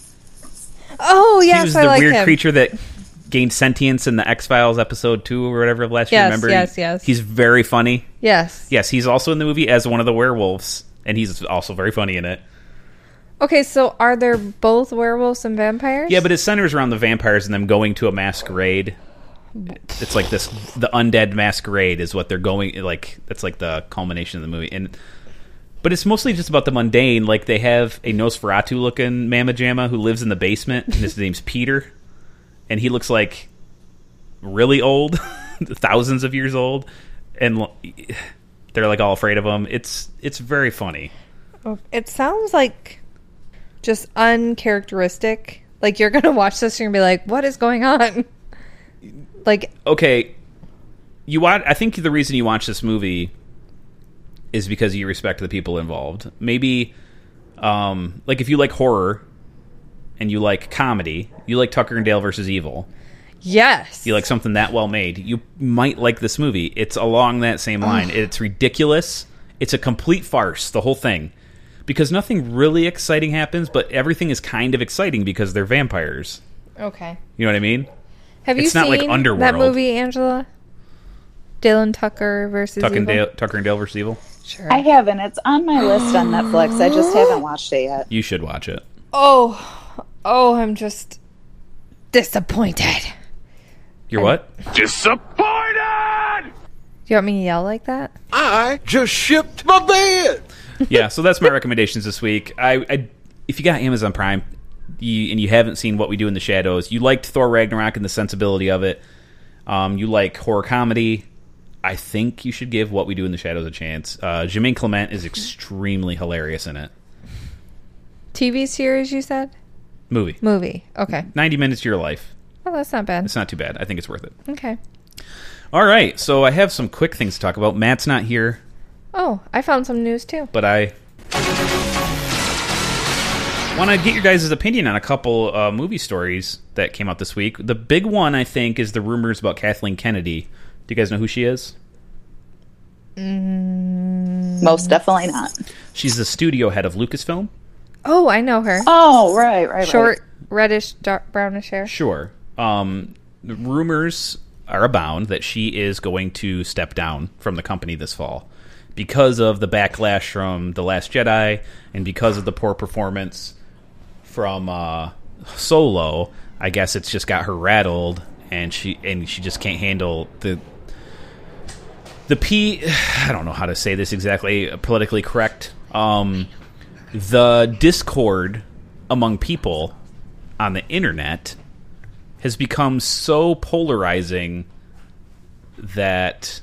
Oh, yes,
he was
I
the
like
weird
him.
creature that gained sentience in the X Files episode two or whatever of last year.
Yes,
Remember?
yes, yes.
He's very funny.
Yes.
Yes, he's also in the movie as one of the werewolves, and he's also very funny in it.
Okay, so are there both werewolves and vampires?
Yeah, but it centers around the vampires and them going to a masquerade. It's like this the undead masquerade is what they're going like that's like the culmination of the movie. And but it's mostly just about the mundane. Like they have a Nosferatu looking Mama Jamma who lives in the basement and his name's Peter. And he looks like really old, thousands of years old. And l- they're like all afraid of him. It's it's very funny.
It sounds like just uncharacteristic. Like you're gonna watch this and you're gonna be like, "What is going on?" Like,
okay you watch i think the reason you watch this movie is because you respect the people involved maybe um like if you like horror and you like comedy you like tucker and dale versus evil
yes,
you like something that well made you might like this movie it's along that same line it's ridiculous it's a complete farce the whole thing because nothing really exciting happens but everything is kind of exciting because they're vampires
okay.
you know what i mean
Have you
It's
seen
not like Underworld.
that movie, Angela? Dylan Tucker versus
tucker and
Evil?
dale tucker and dale versus evil
Sure.
I haven't. It's on my list on Netflix. I just haven't watched it yet.
you should watch it
oh, oh, I'm just disappointed.
You're what?
Disappointed!
You want me to yell like that?
I just shipped my bed!
yeah, so that's my recommendations this week. I, I if you got Amazon Prime you, and you haven't seen What We Do in the Shadows, you liked Thor Ragnarok and the sensibility of it. Um, you like horror comedy. I think you should give What We Do in the Shadows a chance. Uh, Jermaine Clement is extremely hilarious in it.
TV series, you said?
Movie,
Movie. Okay.
ninety minutes of your life.
Well, that's not bad.
It's not too bad. I think it's worth it.
Okay.
All right, so I have some quick things to talk about. Matt's not here,
Oh, I found some news too.
but I want to get your guys' opinion on a couple uh, movie stories that came out this week. The big one, I think, is the rumors about Kathleen Kennedy. Do you guys know who she is?
Most definitely not.
She's the studio head of Lucasfilm.
Oh, I know her.
Oh, right, right,
Short, reddish, dark, brownish hair.
Sure. Um, the rumors are abound that she is going to step down from the company this fall because of the backlash from The Last Jedi and because of the poor performance from uh, Solo. I guess it's just got her rattled, and she and she just can't handle the the P. I don't know how to say this exactly uh, politically correct. Um, the discord among people on the internet has become so polarizing that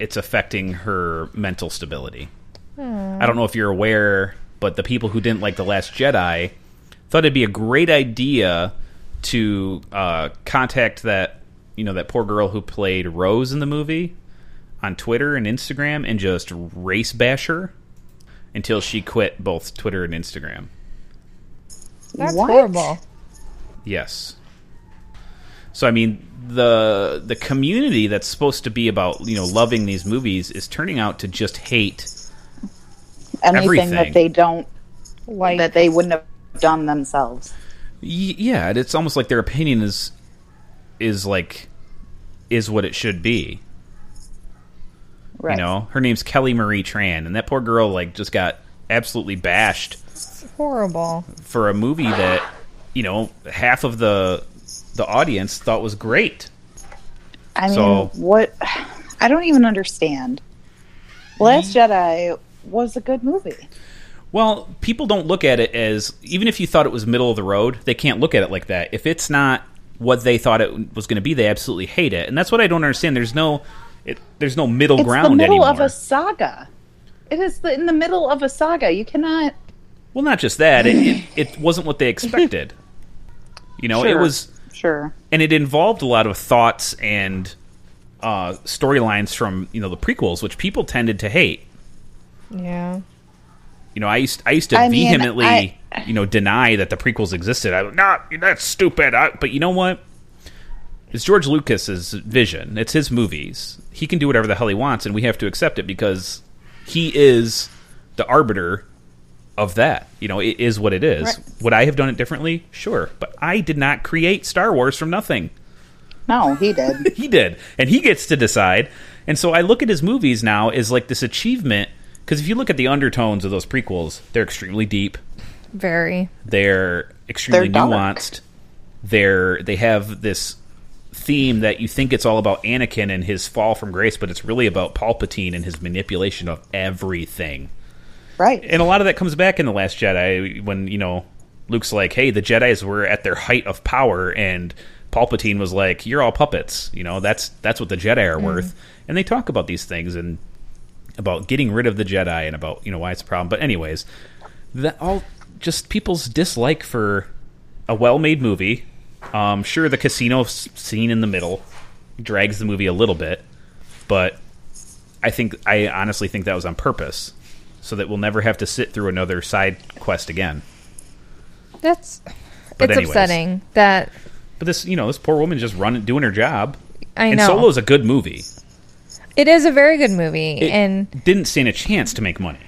it's affecting her mental stability. I don't know if you're aware, but the people who didn't like The Last Jedi thought it'd be a great idea to uh, contact that you know that poor girl who played Rose in the movie on Twitter and Instagram and just race bash her until she quit both Twitter and Instagram.
That's
What?
horrible.
Yes. So I mean the the community that's supposed to be about, you know, loving these movies is turning out to just hate.
Anything
everything.
that they don't
Like,
that they wouldn't have done themselves.
Y- yeah, and it's almost like their opinion is is like is what it should be.
Right.
You know, her name's Kelly Marie Tran and that poor girl like just got absolutely bashed
horrible.
for a movie that, you know, half of the the audience thought was great.
I mean,
So-
what? I don't even understand. Last
Mm-hmm.
Jedi was a good movie.
Well, people don't look at it as even if you thought it was middle of the road, they can't look at it like that. If it's not what they thought it was going to be, they absolutely hate it, and that's what I don't understand. There's no, it, there's no middle
It's
ground
the middle
anymore.
of a saga. It is the, in the middle of a saga. You cannot.
well, not just that, it, it, it wasn't what they expected. you know, it
Sure.
was,
Sure.
and it involved a lot of thoughts and uh, storylines from you know the prequels, which people tended to hate.
Yeah.
You know, I used I used to
I mean,
vehemently,
I-
you know, deny that the prequels existed. I not that's stupid. I, but you know what? it's George Lucas's vision. It's his movies. He can do whatever the hell he wants, and we have to accept it because he is the arbiter of that. You know, it is what it is.
Right.
Would I have done it differently? Sure, but I did not create Star Wars from nothing.
No, he did.
He did, and he gets to decide. And so I look at his movies now as like this achievement because if you look at the undertones of those prequels, they're extremely deep.
Very.
They're extremely
dark.
nuanced. They're they have this theme that you think it's all about Anakin and his fall from grace, but it's really about Palpatine and his manipulation of everything.
Right.
And a lot of that comes back in the Last Jedi when you know Luke's like, "Hey, the Jedi's were at their height of power," and Palpatine was like, "You're all puppets." You know, that's that's what the Jedi are worth. And they talk about these things and about getting rid of the Jedi and about you know why it's a problem. But anyways, that all just people's dislike for a well-made movie. Um, sure, the casino s- scene in the middle drags the movie a little bit, but I think I honestly think that was on purpose, so that we'll never have to sit through another side quest again.
That's.
But
it's
anyways.
upsetting that
But this, you know, this poor woman just running, doing her job.
I
and
know
Solo's a good movie.
it is a very good movie,
It
and
didn't stand a chance to make money.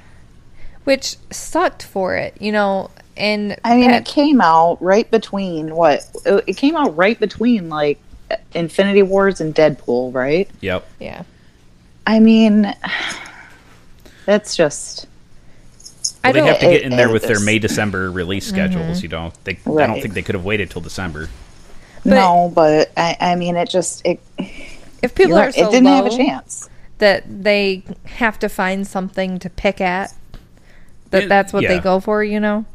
which sucked for it, you know. And
I mean,
that-
it came out right between what? It it came out right between like Infinity Wars and Deadpool, right?
Yep.
yeah,
I mean, that's just
I
they
don't. Mm-hmm.
have to get in there
it-
with their
it's-
May December release schedules. You know, they, I don't
Right.
think they could have waited till December.
no. But I, I mean, it just it
if people
you're-
are so
it didn't have a
low
chance.
that they have to find something to pick at, that
It-
that's what
yeah.
they go for, you know.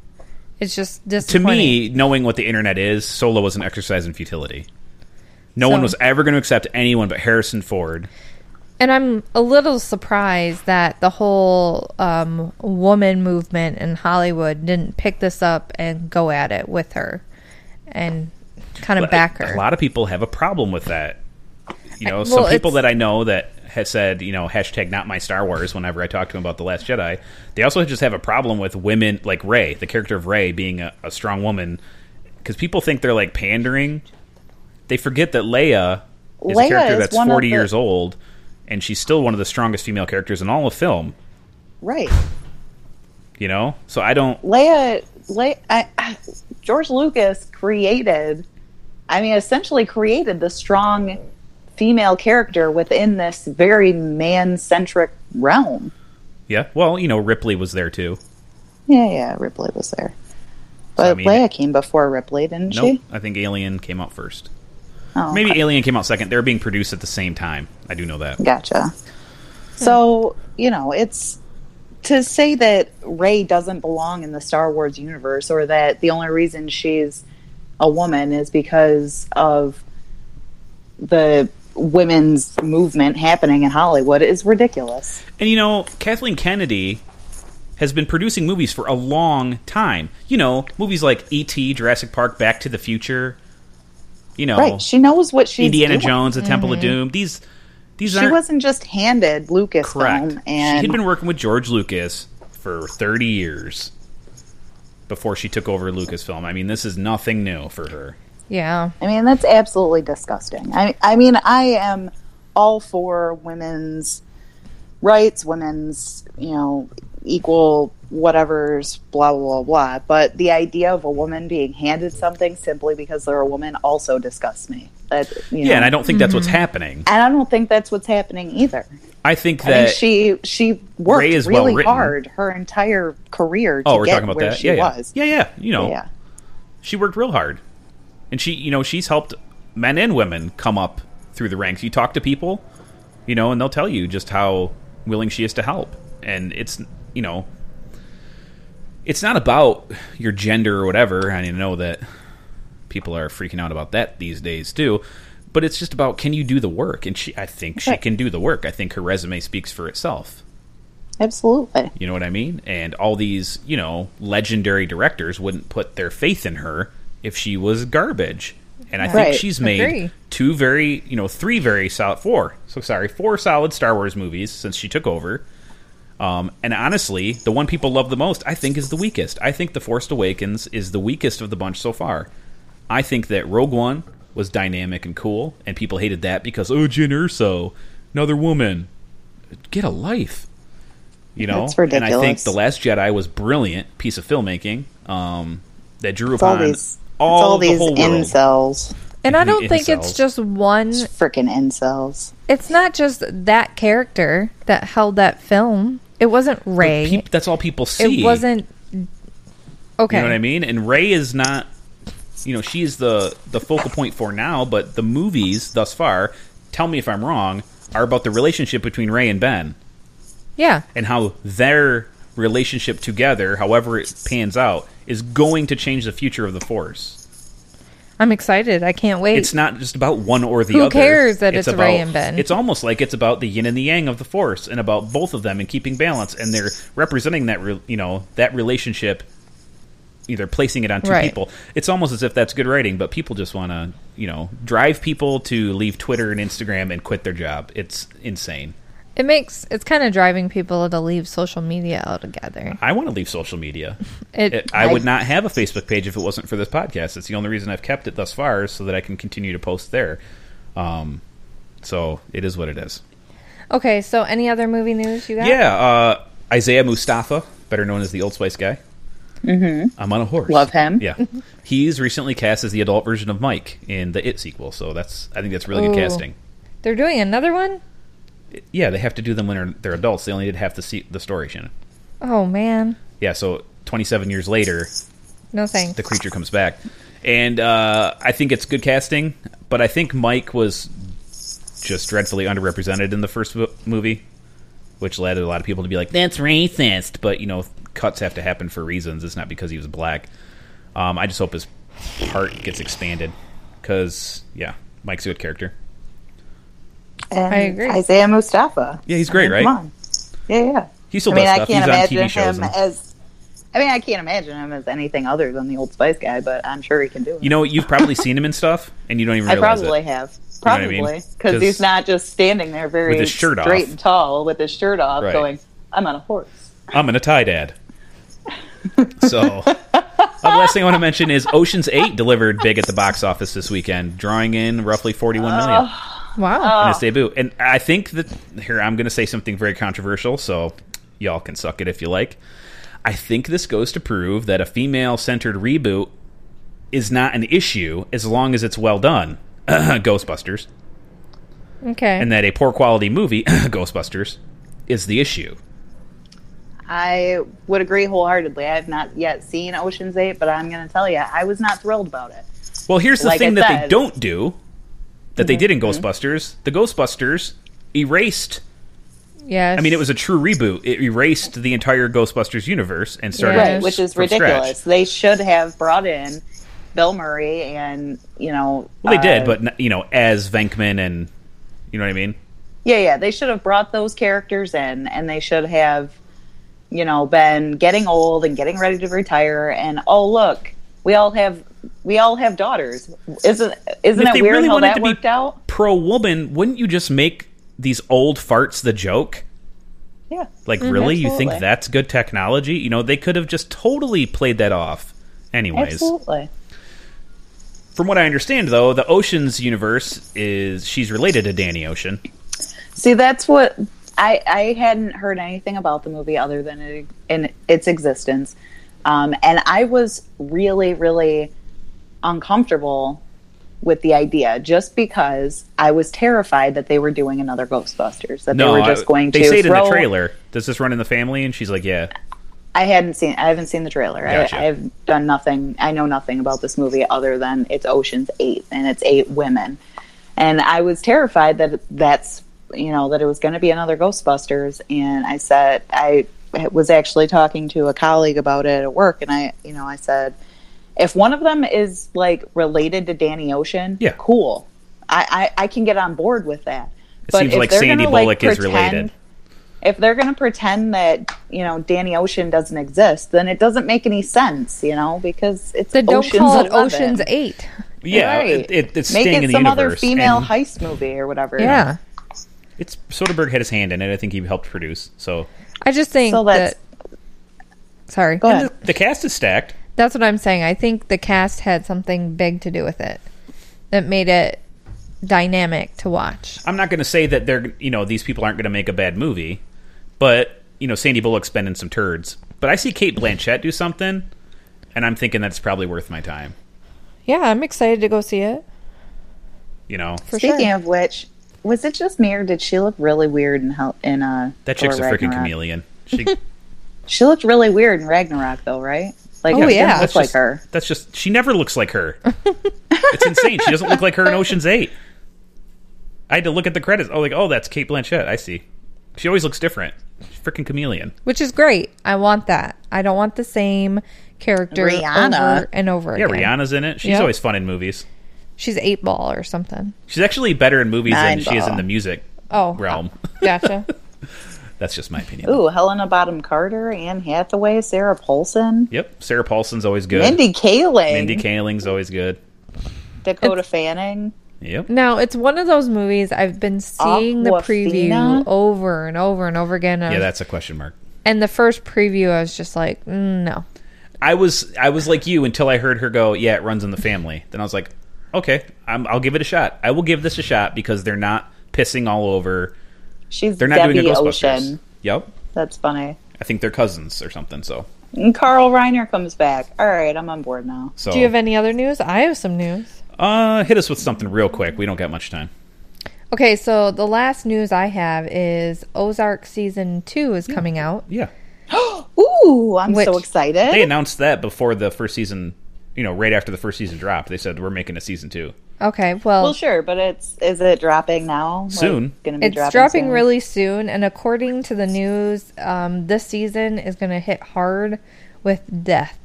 It's just
To
disappointing.
me, knowing what the internet is, Solo was an exercise in futility. No one
So-
was ever going to accept anyone but Harrison Ford.
And I'm a little surprised that the whole um, woman movement in Hollywood didn't pick this up and go at it with her and kind of
But I-
back her.
A lot of people have a problem with that. You know,
well,
some people
it's-
that I know that have said, you know, hashtag not my Star Wars whenever I talk to them about The Last Jedi, they also just have a problem with women, like Ray, the character of Ray being a, a strong woman, because people think they're like pandering. They forget that Leia is
Leia
a character
is
that's
one of
40
the-
years old, and she's still one of the strongest female characters in all of film,
Right.
you know? So I don't.
Leia, Le I, I, George Lucas created, I mean, essentially created the strong female character within this very man centric realm.
Yeah. Well, you know, Ripley was there too.
Yeah, yeah, Ripley was there. But
I mean-
Leia came before Ripley, didn't
Nope.
she?
I think Alien came out first.
Oh,
Maybe
okay.
Alien came out second. They were being produced at the same time. I do know that.
Gotcha. So, you know, it's to say that Ray doesn't belong in the Star Wars universe or that the only reason she's a woman is because of the women's movement happening in Hollywood is ridiculous.
And you know, Kathleen Kennedy has been producing movies for a long time. You know, movies like E.T., Jurassic Park, Back to the Future. You know,
Right. She knows what she's
Oh. Indiana
doing. Mm-hmm.
Jones, The Temple of Doom. These these
She
aren't
wasn't just handed Lucasfilm
correct.
and
she had been working with George Lucas for thirty years before she took over Lucasfilm. I mean, this is nothing new for her.
yeah.
I mean, that's absolutely disgusting. I, I mean, I am all for women's rights, women's, you know, equal whatever's, blah, blah, blah, blah. But the idea of a woman being handed something simply because they're a woman also disgusts me. That, you know,
Yeah, and I don't think that's
Mm-hmm.
what's happening.
and I don't think that's what's happening either.
I think
I mean,
that
she she worked
Ray is
really
well-written.
hard her entire career to
Oh, we're
get
talking about
where
that.
she
yeah, yeah.
was.
yeah, yeah. You know,
yeah.
she worked real hard, and she, you know, she's helped men and women come up through the ranks. You talk to people, you know, and they'll tell you just how willing she is to help. And it's, you know, it's not about your gender or whatever. I know that people are freaking out about that these days too. But it's just about can you do the work? And she, I think she
Right.
can do the work. I think her resume speaks for itself.
Absolutely.
You know what I mean? And all these, you know, legendary directors wouldn't put their faith in her if she was garbage. And I think
Right.
she's made
Agree.
two very, you know, three very solid, four, so sorry, four solid Star Wars movies since she took over. Um, and honestly, the one people love the most, I think, is the weakest. I think The Force Awakens is the weakest of the bunch so far. I think that Rogue One was dynamic and cool, and people hated that because oh, Jin Urso, another woman, get a life. You know,
That's
and I think
ridiculous.
the Last Jedi was brilliant piece of filmmaking um, that drew
It's all
upon
these,
all
it's all
the
these
whole world.
incels,
And I don't
The
think it's
incels.
just one.
freaking incels.
It's not just that character that held that film. It wasn't Ray.
Peop- that's all people see.
it wasn't. Okay.
You know what I mean? And Ray is not, you know, she's the the focal point for now, but the movies thus far, tell me if I'm wrong, are about the relationship between Ray and Ben
Yeah.
and how their relationship together, however it pans out, is going to change the future of the Force.
I'm excited. I can't wait.
It's not just about one or the
Who
other.
cares that it's Ray
about-
and Ben?
It's almost like it's about the yin and the yang of the Force and about both of them and keeping balance. And they're representing that, re- you know, that relationship, either placing it on two
Right.
people. It's almost as if that's good writing, but people just want to, you know, drive people to leave Twitter and Instagram and quit their job. It's insane.
it makes. It's kind of driving people to leave social media altogether.
I want to leave social media.
It.
It, I would not have a Facebook page if it wasn't for this podcast. It's the only reason I've kept it thus far, is so that I can continue to post there. Um, so it is what it is.
okay. So, any other movie news you got?
Yeah, uh, Isaiah Mustafa, better known as the Old Spice guy. Mm-hmm. I'm on a horse.
Love him.
Yeah, he's recently cast as the adult version of Mike in the It sequel. So that's I think that's really
Oh.
Ooh.
good casting.
They're doing another one.
Yeah, they have to do them when they're, they're adults. They only did half the se- the story, Shannon.
Oh man.
Yeah, so 27 years later,
No thanks.
the creature comes back, and uh, I think it's good casting. But I think Mike was just dreadfully underrepresented in the first mo- movie, which led a lot of people to be like, "That's racist." But you know, cuts have to happen for reasons. It's not because he was black. Um, I just hope his part gets expanded because yeah, Mike's a good character.
And
I agree.
Isaiah Mustafa.
Yeah, he's great,
I
right?
mean, Come on. Yeah, yeah.
He still
I mean,
does
I
stuff.
can't
He's
imagine
on TV shows.
him
and-
as. I mean, I can't imagine him as anything other than the Old Spice guy, but I'm sure he can do it.
you know, you've probably seen him in stuff, and you don't even
I
realize
probably
it.
have.
know what I mean?
Probably. Because
'Cause-
he's not just standing there very
With his shirt off.
straight and tall with his shirt off
Right.
going, I'm on a horse.
I'm in a tie dad. So, uh, the last thing I want to mention is Ocean's Eight delivered big at the box office this weekend, drawing in roughly 41 million
wow.
in its debut. And I think that here I'm going to say something very controversial, so y'all can suck it if you like. I think this goes to prove that a female-centered reboot is not an issue as long as it's well done. Ghostbusters
okay.
and that a poor quality movie Ghostbusters is the issue.
I would agree wholeheartedly. I have not yet seen Ocean's Eight, but I'm going to tell you, I was not thrilled about it. Mm-hmm.
Well, here's the
Like
thing
I
that they
said-
don't do that they did in Ghostbusters. The Ghostbusters erased.
yes.
I mean, it was a true reboot. It erased the entire Ghostbusters universe and started
Right,
Right, which is
from scratch.
ridiculous. They should have brought in Bill Murray and, you know.
Well, they did,
uh,
but n- you know, as Venkman and you know what I mean.
Yeah, yeah. They should have brought those characters in and they should have, you know, been getting old and getting ready to retire and oh look, we all have we all have daughters. Isn't isn't
if
it
they
weird
really
how
wanted
that
to be-
worked out?
Pro woman, wouldn't you just make these old farts the joke?
Yeah.
Like, really? You think
Mm-hmm. absolutely.
that's good technology? You know, they could have just totally played that off. Anyways,
Absolutely.
from what I understand, though, the Ocean's universe is she's related to Danny Ocean.
See that's what I I hadn't heard anything about the movie other than it, in its existence. Um, and I was really, really uncomfortable with the idea just because I was terrified that they were doing another Ghostbusters, that they were
I-
just going
they
to
say it in the
throw-
trailer. Does this run in the family? And she's like, yeah.
I hadn't seen I haven't seen the trailer.
Gotcha.
I, I've done nothing. I know nothing about this movie other than it's Ocean's 8 and it's eight women. And I was terrified that that's you know that it was going to be another Ghostbusters and I said I was actually talking to a colleague about it at work and I you know I said if one of them is like related to Danny Ocean,
Yeah.
cool. I, I, I can get on board with that. It
seems like Sandy Bullock is related.
If they're going to pretend that you know Danny Ocean doesn't exist, then it doesn't make any sense, you know, because it's
Then don't
Ocean's
call it
11.
Ocean's Eight.
Yeah,
Right.
it, it, it's
Make
staying
it
in the
some
universe.
other female
and
heist movie or whatever.
Yeah.
It's Soderbergh had his hand in it. I think he helped produce. So
I just think
So
that.
that's-
Sorry.
Go ahead.
the cast is stacked.
That's what I'm saying. I think the cast had something big to do with it. that made it dynamic to watch.
I'm not going to say that they're you know these people aren't going to make a bad movie, but you know Sandy Bullock's spending some turds. But I see Kate Blanchett do something, and I'm thinking that's probably worth my time.
Yeah, I'm excited to go see it.
You know
For
Speaking
sure.
of which, was it just me or did she look really weird in hell in uh
that
Thor
chick's a freaking
Ragnarok?
chameleon. She,
She looked really weird in Ragnarok though, right? Like
Oh,
it
yeah.
didn't look
That's
like
just-
her.
That's just she never looks like her. it's insane. She doesn't look like her in Ocean's Eight. I had to look at the credits. Oh, like oh, that's Kate Blanchett. I see. She always looks different. She's freaking chameleon.
Which is great. I want that. I don't want the same character
Rihanna.
over and over
Yeah,
again.
Rihanna's in it. She's
Yep.
always fun in movies.
She's eight ball or something.
She's actually better in movies than
Nine
she is in
ball.
the music
Oh,
realm.
gotcha.
That's just my opinion.
Ooh, Helena Bottom Carter, Anne Hathaway, Sarah Paulson,
Yep. Sarah Paulson's always good.
Mindy Kaling,
Mindy Kaling's always good.
Dakota Fanning.
Yep.
Now it's one of those movies I've been seeing the
Aquafina?
preview over and over and over again. And,
Yeah, that's a question mark.
and the first preview, I was just like, mm, no.
I was I was like you until I heard her go, "Yeah, it runs in the family." Then I was like, "Okay, I'm, I'll give it a shot. I will give this a shot because they're not pissing all over.
She's
They're not
Debbie
doing a Ghostbusters."
Ocean.
Yep.
That's funny.
I think they're cousins or something. So
And Carl Reiner comes back. All right, I'm on board now.
so
Do you have any other news? I have some news.
uh, hit us with something real quick. We don't got much time.
Okay, so the last news I have is Ozark season two is coming out.
Yeah,
Ooh, I'm so
Which-
excited.
they announced that before the first season. You know, right after the first season dropped, they said we're making a season two
Okay, well,
well, sure, but it's is it dropping now? Like,
Soon.
it's gonna be
it's dropping,
dropping, soon?
really soon, and according to the news, um, this season is going to hit hard with death.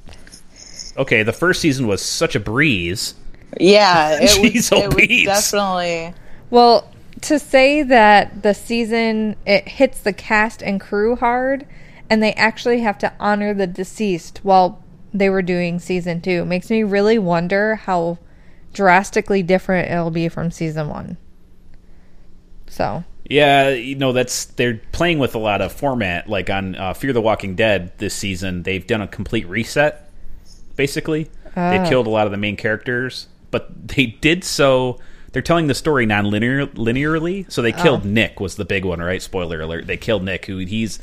Okay, the first season was such a breeze.
Yeah, it was,
Jeez,
it was
Louise.
definitely.
Well, to say that the season it hits the cast and crew hard, and they actually have to honor the deceased while they were doing season two makes me really wonder how drastically different it'll be from season one. So
Yeah, you know that's they're playing with a lot of format. Like on uh, Fear the Walking Dead this season, they've done a complete reset. Basically, they've killed a lot of the main characters, but they did so. They're telling the story non-linear linearly. So they killed Nick was the big one, right? Spoiler alert: they killed Nick, who he's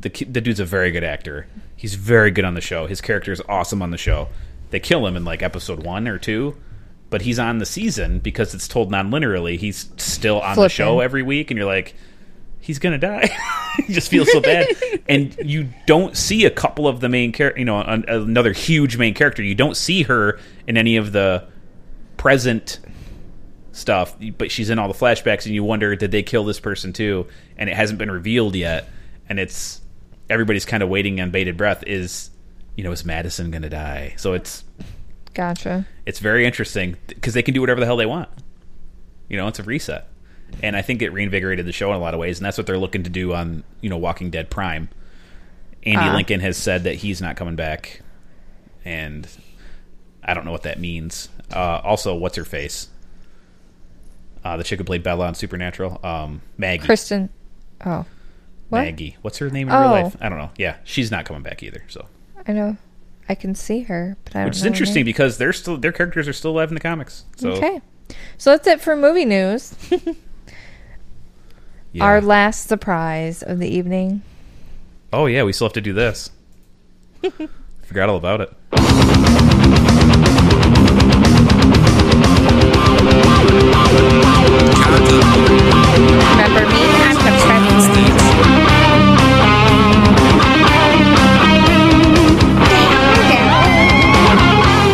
the ki- the dude's a very good actor. He's very good on the show. His character is awesome on the show. They kill him in like episode one or two, but he's on the season because it's told non-linearly. He's still on the
Flipping.
show every week, and you're like, he's gonna die. you just feel so bad, and you don't see a couple of the main character. You know, an, another huge main character. You don't see her in any of the present stuff, but she's in all the flashbacks, and you wonder did they kill this person too? And it hasn't been revealed yet, and it's everybody's kind of waiting on bated breath. Is you know is Madison going to die? So it's
gotcha.
it's very interesting because they can do whatever the hell they want. You know, it's a reset, and I think it reinvigorated the show in a lot of ways, and that's what they're looking to do on you know Walking Dead Prime. Andy
Uh-huh.
Lincoln has said that he's not coming back, and I don't know what that means. Uh, also, what's her face? Uh, the chick who played Bella on Supernatural, um, Maggie.
Kristen, oh, what?
Maggie, what's her name in
Oh.
real life? I don't know. Yeah, she's not coming back either. So,
I know, I can see her, but I don't.
which is
know her
interesting
name.
because they're still their characters are still alive in the comics. So,
Okay, so that's it for movie news.
yeah.
Our last surprise of the evening.
Oh yeah, we still have to do this. Forgot all about it.
Remember me? I'm the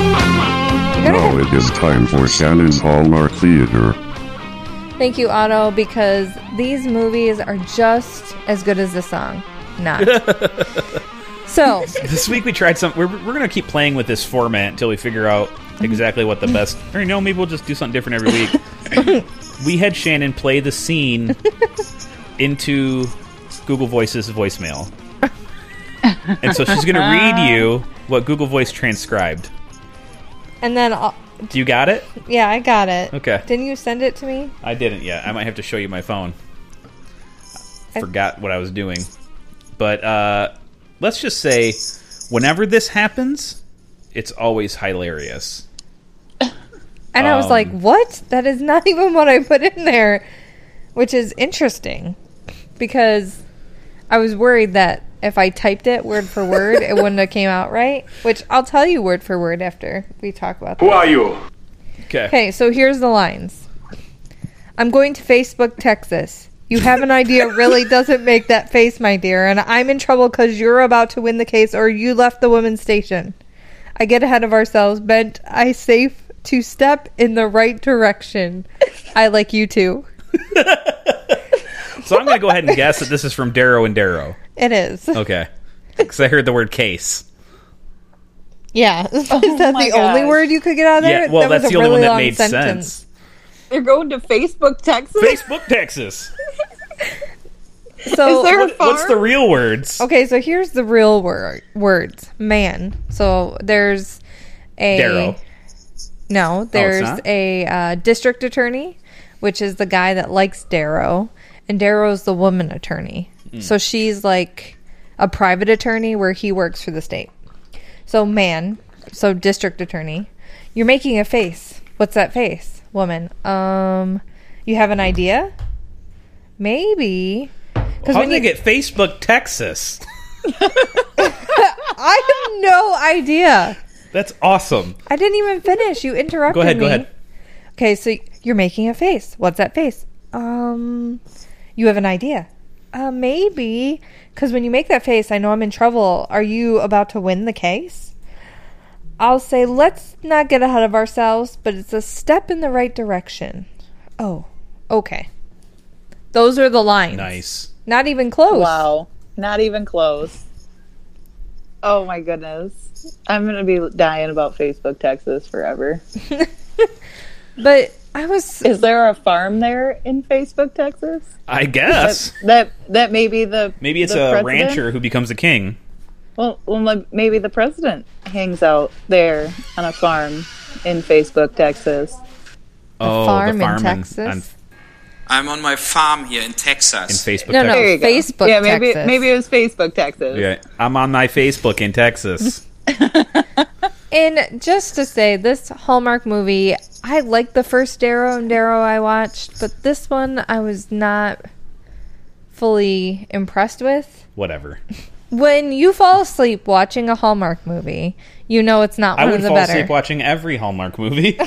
Now it is time for Shannon's Hallmark Theater.
Thank you, Otto, because these movies are just as good as the song. Not. so,
This week we tried some. We're, we're gonna keep playing with this format until we figure out exactly what the best. Or you know, maybe we'll just do something different every week. we had Shannon play the scene into Google Voice's voicemail, and so she's gonna read you what Google Voice transcribed.
and then, uh,
Do you got it?
yeah, I got it.
Okay.
Didn't you send it to me?
I didn't yet. I might have to show you my phone. I forgot what I was doing. But uh, let's just say, whenever this happens, it's always hilarious.
And I was
Um,
like, what? That is not even what I put in there, which is interesting because I was worried that if I typed it word for word, it wouldn't have came out right, which I'll tell you word for word after we talk about that.
are you?
Okay, so here's the lines. I'm going to Facebook Texas. You have an idea really doesn't make that face, my dear, and I'm in trouble because you're about to win the case or you left the women's station. I get ahead of ourselves, bent I safe to step in the right direction. I like you too.
So I'm going to go ahead and guess that this is from Darrow and Darrow.
It is.
Okay. Because I heard the word case.
Yeah. is
Oh
that
my
the only
gosh.
word you could get out of there?
Yeah, well,
That was
that's the
a
only
really
one that
long
made
sentence.
sense.
They're going to Facebook Texas.
Facebook Texas.
So
Is there a farm?
What's the real words?
Okay, so here's the real word words. Man. So there's a
Darrow. Oh,
No, there's
not?
a uh, district attorney, which is the guy that likes Darrow, and Darrow's the woman attorney.
Hmm.
So she's like a private attorney where he works for the state. So man, so district attorney, you're making a face. What's that face? Woman. Um you have an idea? Maybe. Cuz
How did they get Facebook Texas?
I have no idea.
That's awesome.
I didn't even finish. You interrupted
Go ahead,
me.
go ahead.
Okay, so you're making a face. What's that face? Um, you have an idea. Uh, maybe because when you make that face, I know I'm in trouble. Are you about to win the case? I'll say, let's not get ahead of ourselves, but it's a step in the right direction. Oh, okay. Those are the lines.
Nice.
Not even close.
Wow. Not even close. Oh my goodness. I'm going to be dying about Facebook Texas forever.
But I was.
Is there a farm there in Facebook Texas?
I guess.
That that may be the
Maybe it's
the
a
president?
rancher who becomes a king.
Well, well, ma- maybe the president hangs out there on a farm in Facebook Texas.
oh,
farm in
the farm
Texas?
On, on
I'm on my farm here in Texas.
Facebook
No, no,
Texas.
There you go.
Facebook
yeah, maybe
Texas.
maybe it was Facebook Texas.
Yeah, I'm on my Facebook in Texas.
And just to say, this Hallmark movie, I liked the first Darrow and Darrow I watched, but this one I was not fully impressed with.
Whatever.
When you fall asleep watching a Hallmark movie, you know it's not
I
one
would
of the
fall
better.
asleep watching every Hallmark movie.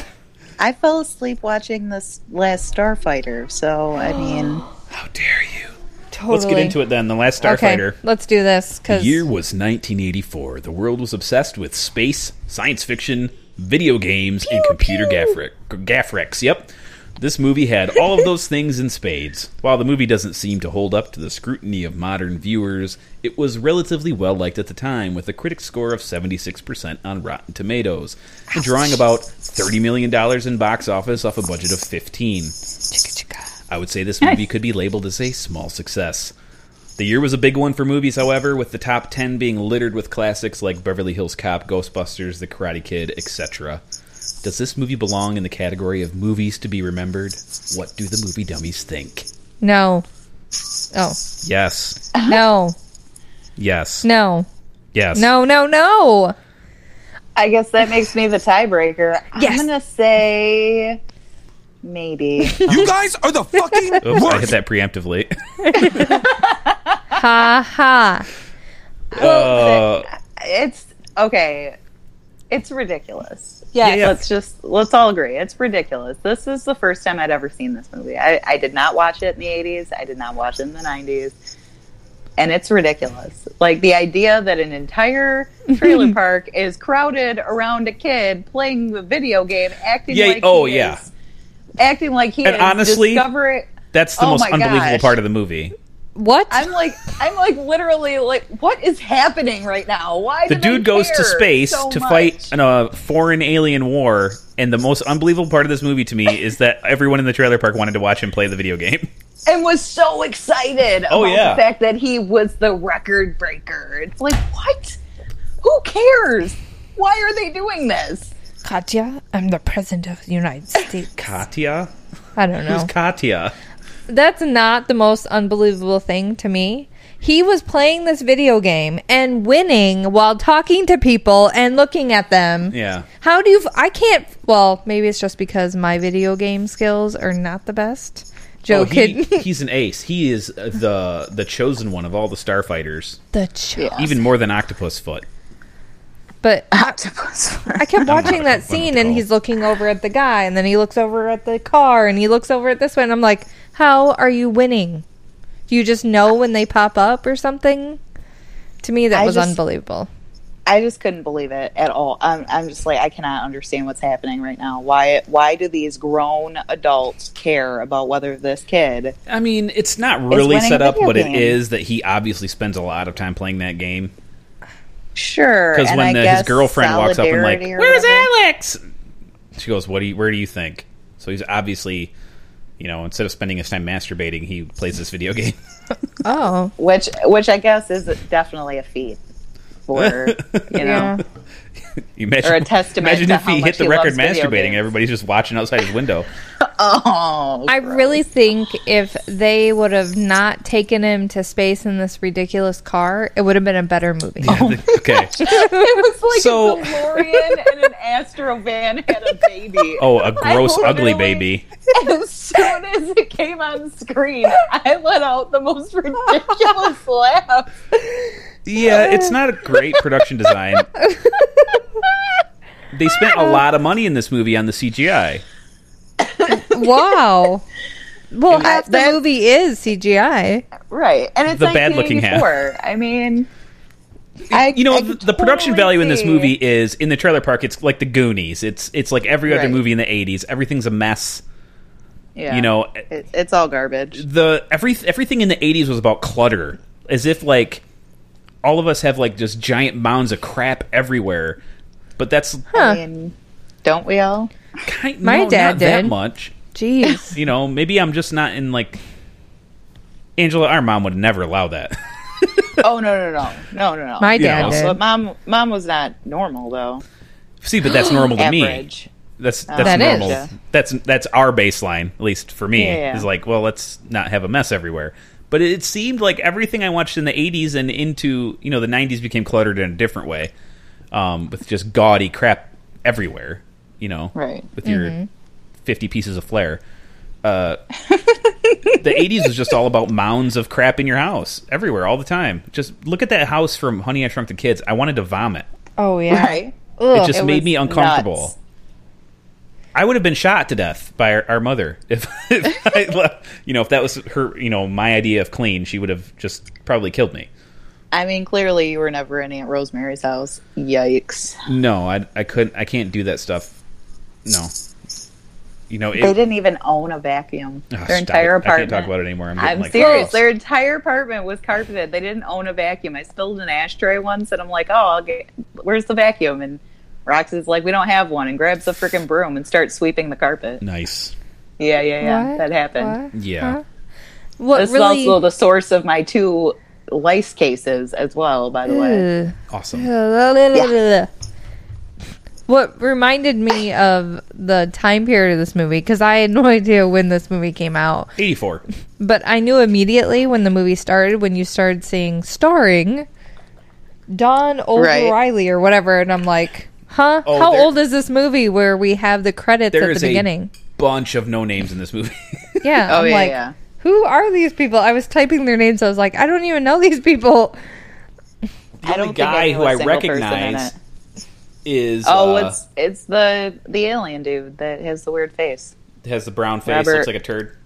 I fell asleep watching this last Starfighter, so I mean,
How dare you?
totally.
Let's get into it then. The Last Starfighter.
Okay, let's do this
The
because
year was 1984. The world was obsessed with space, science fiction, video games, and computer gaffric, gaffrex. Yep. This movie had all of those things in spades. While the movie doesn't seem to hold up to the scrutiny of modern viewers, it was relatively well liked at the time, with a critic score of 76% on Rotten Tomatoes, and drawing about $30 million in box office off a budget of 15. I would say this movie could be labeled as a small success. The year was a big one for movies, however, with the top 10 being littered with classics like Beverly Hills Cop, Ghostbusters, The Karate Kid, etc. Does this movie belong in the category of movies to be remembered? What do the movie dummies think?
no, oh
Yes.
no,
Yes.
no,
Yes.
no, no, no.
I guess that makes me the tiebreaker.
Yes.
I'm gonna say maybe.
You guys are the fucking
Oops, I hit that preemptively.
Ha ha. Oh,
Uh,
it's okay. It's ridiculous.
Yes.
Yeah, yeah.
Let's just let's all agree. It's ridiculous. This is the first time I'd ever seen this movie. I, I did not watch it in the eighties. I did not watch it in the nineties. And it's ridiculous. Like the idea that an entire trailer park is crowded around a kid playing the video game, acting
Yeah,
like
oh,
he
yeah.
is- acting like he
And
is
honestly,
discovering
that's the
Oh
most
my
unbelievable
gosh.
part of the movie.
What?
I'm like, I'm like literally like, what is happening right now? Why
The
do they
dude goes to
care
space
so
to
much?
fight in a foreign alien war, and the most unbelievable part of this movie to me is that everyone in the trailer park wanted to watch him play the video game.
and was so excited
Oh,
about
yeah.
the fact that he was the record breaker. It's like, what? Who cares? Why are they doing this?
Katya, I'm the president of the United States.
Katya?
I don't know.
Who's Katya?
that's not the most unbelievable thing to me. He was playing this video game and winning while talking to people and looking at them.
Yeah.
How do you? F- I can't. Well, maybe it's just because my video game skills are not the best. Joe
Oh, he,
kidding.
he's an ace. He is the the chosen one of all the starfighters,
the ch-
even more than Octopus Foot.
But
Octopus.
I kept watching that
Octopus
scene and
Foot.
he's looking over at the guy and then he looks over at the car and he looks over at this one. I'm like, how are you winning? Do you just know when they pop up or something? To me, that
I
was
just-
unbelievable.
I just couldn't believe it at all. I'm, I'm just like I cannot understand what's happening right now. Why why do these grown adults care about whether this kid?
I mean, it's not really
winning
set
a
up,
video
but
game.
it is that he obviously spends a lot of time playing that game.
Sure,
Because
and
when
I
the, his
guess
girlfriend walks up and like,
solidarity or
"Where's
whatever.
Alex?" She goes, "What do you? Where do you think?" So he's obviously, you know, instead of spending his time masturbating, he plays this video game.
Oh,
which which I guess is definitely a feat for you know.
yeah.
You imagine,
Or a testament
Imagine
to
if
how
he hit
much
the
he
record
loves video
masturbating.
games.
Everybody's just watching outside his window.
Oh,
I
gross.
really think if they would have not taken him to space in this ridiculous car, it would have been a better movie.
okay.
It was like
So-
a DeLorean and an Astrovan had a baby.
Oh, a gross,
I
ugly
literally-
baby.
As soon as it came on screen, I let out the most ridiculous laugh.
Yeah, it's not a great production design. They spent a lot of money in this movie on the CGI.
wow. Well, half the
that-
movie is CGI.
right, and it's
The bad-looking half.
1984. I mean, I
You know,
I
the,
could
the production
totally
value in this
see-
movie is in the trailer park. It's like the Goonies. It's it's like every other
Right.
movie in the '80s. Everything's a mess.
Yeah.
You know,
it, it's all garbage.
the every everything in the '80s was about clutter, as if like all of us have like just giant mounds of crap everywhere. But that's
I mean, don't we all?
kind,
My
no,
dad
not that
did.
much.
Jeez.
You know, maybe I'm just not in like Angela. Our mom would never allow that.
Oh no no no no no no.
My
You know,
dad
but
did.
mom mom was not normal though.
See, but that's normal to me.
Average.
That's that's
That is.
normal.
Oh. Yeah.
That's that's our baseline, at least for me.
Yeah, yeah.
Is like, well, let's not have a mess everywhere. But it seemed like everything I watched in the '80s and into you know the '90s became cluttered in a different way, um, with just gaudy crap everywhere. You know,
Right.
With your fifty pieces of flair. Uh, the '80s was just all about mounds of crap in your house, everywhere, all the time. Just look at that house from Honey I Shrunk the Kids. I wanted to vomit.
Oh, yeah.
Right.
It just
It
made
was
me uncomfortable.
nuts.
I would have been shot to death by our, our mother if, if I, le- you know, if that was her, you know, my idea of clean. She would have just probably killed me.
I mean, clearly you were never in Aunt Rosemary's house. Yikes.
No, I, I couldn't. I can't do that stuff. No, you know, it,
they didn't even own a vacuum.
Oh,
Their
stop
entire
it.
apartment.
I can't talk about it anymore. I'm, getting,
I'm
like,
serious.
gross.
Their entire apartment was carpeted. They didn't own a vacuum. I spilled an ashtray once, and I'm like, "Oh, I'll get, where's the vacuum?" And Rox is like, "We don't have one," and grabs the freaking broom and starts sweeping the carpet.
nice.
Yeah, yeah, yeah. That happened.
What?
Yeah.
Huh? What
This
really?
is also the source of my two lice cases as well. By the way,
Ugh.
Awesome.
What reminded me of the time period of this movie because I had no idea when this movie came out,
84.
but I knew immediately when the movie started when you started seeing starring Don
Right.
O'Reilly or whatever, and I'm like, huh?
Oh,
How
there-
old is this movie where we have the credits
There
at
is
the beginning?
a bunch of no names in this movie.
Yeah,
oh
I'm
yeah,
like,
yeah.
who are these people? I was typing their names. I was like, I don't even know these people.
the
I
only
don't think I
guy
knew
who
a
I
single person in
recognize
it.
is
Oh,
uh,
it's it's the the alien dude that has the weird face.
has the brown face,
Robert-
looks like a turd.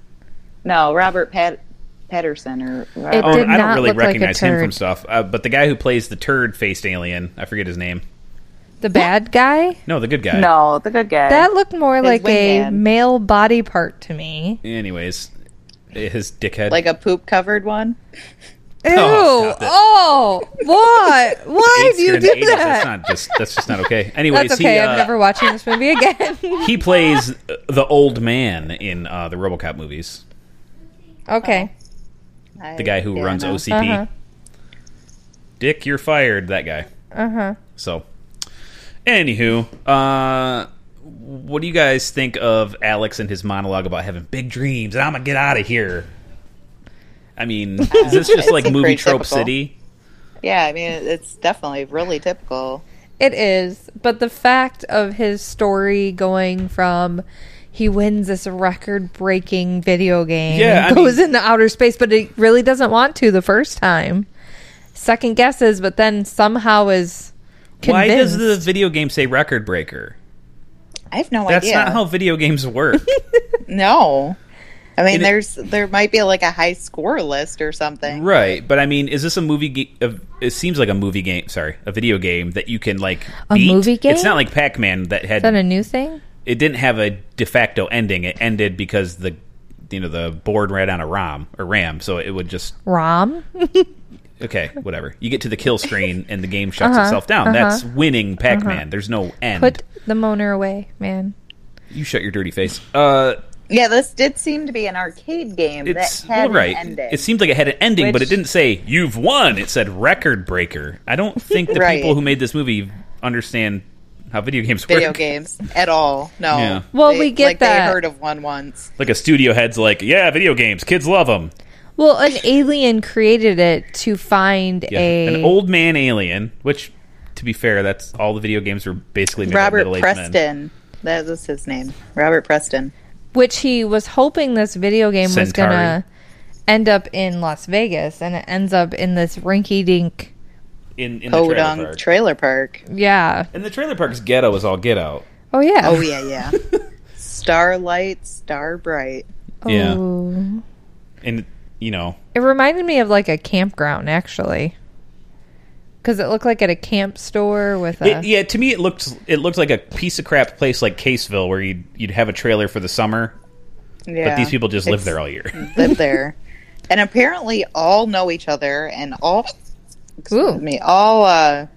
No, Robert Pat- Patterson or
It
Oh,
did
I don't
not
really
look like a
recognize him from
turd.
stuff. Uh, but the guy who plays the turd faced alien, I forget his name.
The bad guy.
No, the good guy.
no, the good guy.
That looked more like a
wingman.
male body part to me.
Anyways, his dickhead.
like a poop covered one.
Ew! Oh,
Oh, stop it.
what? Why
AIDS
do you
during
do
the 80s, That's
that?
not just. That's just not okay. Anyways,
That's okay.
he, uh,
I'm never watching this movie again.
he plays uh, the old man in uh, the RoboCop movies.
okay.
The guy who
Yeah,
runs
no.
OCP.
Uh-huh.
Dick, you're fired. That guy.
Uh huh.
So, anywho, uh, what do you guys think of Alex and his monologue about having big dreams and I'm gonna get out of here? I mean, is this just
It
like
seemed
movie
pretty
trope
typical.
city?
Yeah, I mean, it's definitely really typical.
It is, but the fact of his story going from he wins this record-breaking video game,
Yeah, I
and goes
mean-
into outer space, but it really doesn't want to the first time. Second guesses, but then somehow is convinced.
Why does the video game say record breaker?
I have no
That's
idea.
not how video games work.
no. I mean,
And it-
there's there might be like a high score list or something.
right, but I mean, is this a movie? Ge- of it seems like a movie game. Sorry, a video game that you can like
A
beat.
movie game?
It's not like Pac Man that had
Is that a new thing?
it didn't have a de facto ending. It ended because the you know the board ran on a ROM or RAM, so it would just
Rom?
okay, whatever. You get to the kill screen and the game shuts itself down. That's winning Pac-Man. There's no end.
Uh-huh, Put the moaner away, man.
you shut your dirty face. Uh,
Yeah, this did seem to be an arcade game
it's
that had
well, right.
an ending.
It seemed like it had an ending, but it
Which-
didn't say you've won. It said record breaker. I don't think the
Right.
people who made this movie understand how video games
video
work.
games at all. No.
Yeah.
Well, we get
like,
that.
They heard of one once.
Like a studio head's like, yeah, video games, kids love them.
Well, an alien created it to find
Yeah.
a
An old man alien, which, to be fair, that's all the video games were basically made by
Robert
middle-aged men.
Preston. That was his name. Robert Preston.
which he was hoping this video game was
Centauri.
gonna end up in Las Vegas, and it ends up in this rinky-dink.
in, in the trailer
Podunk
park.
trailer park.
Yeah.
and the trailer park's ghetto is all get out.
Oh yeah.
Oh yeah, yeah. Starlight, star bright.
Yeah,
Ooh.
and you know,
It reminded me of like a campground actually, because it looked like at a camp store with a.
it, yeah. To me, it looked it looked like a piece of crap place like Caseville, where you'd you'd have a trailer for the summer,
Yeah.
but these people just live
It's-
there all year.
live there, and apparently all know each other and all.
Ooh.
Excuse me, all uh,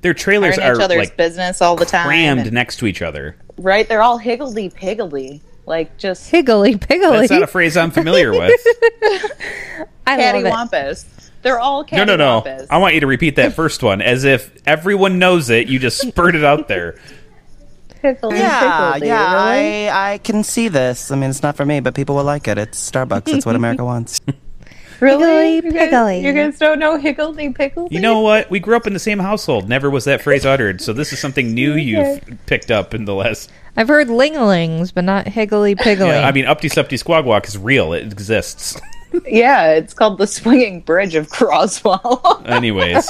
Their
are
trailers
in
are
each other's
like
business all the time.
crammed
and-
next to each other.
right? They're all higgledy piggledy, like just
Higgly piggly.
That's not a phrase I'm familiar with.
I love it.
cattywampus. They're all
no, no, no.
cattywampus.
I want you to repeat that first one as if everyone knows it. You just spurt it out there.
Yeah, yeah. I, I can see this. I mean, it's not for me, but people will like it. It's Starbucks. It's what America wants.
Higgly
You guys-
piggly.
You guys don't know higgledy piggledy?
You know what? We grew up in the same household. Never was that phrase uttered. So this is something new you've picked up in the last
I've heard linglings, but not higgly piggly.
Yeah, I mean, Upty Supty Squawk Walk is real. It exists.
Yeah, it's called the swinging bridge of Croswell. all
Anyways,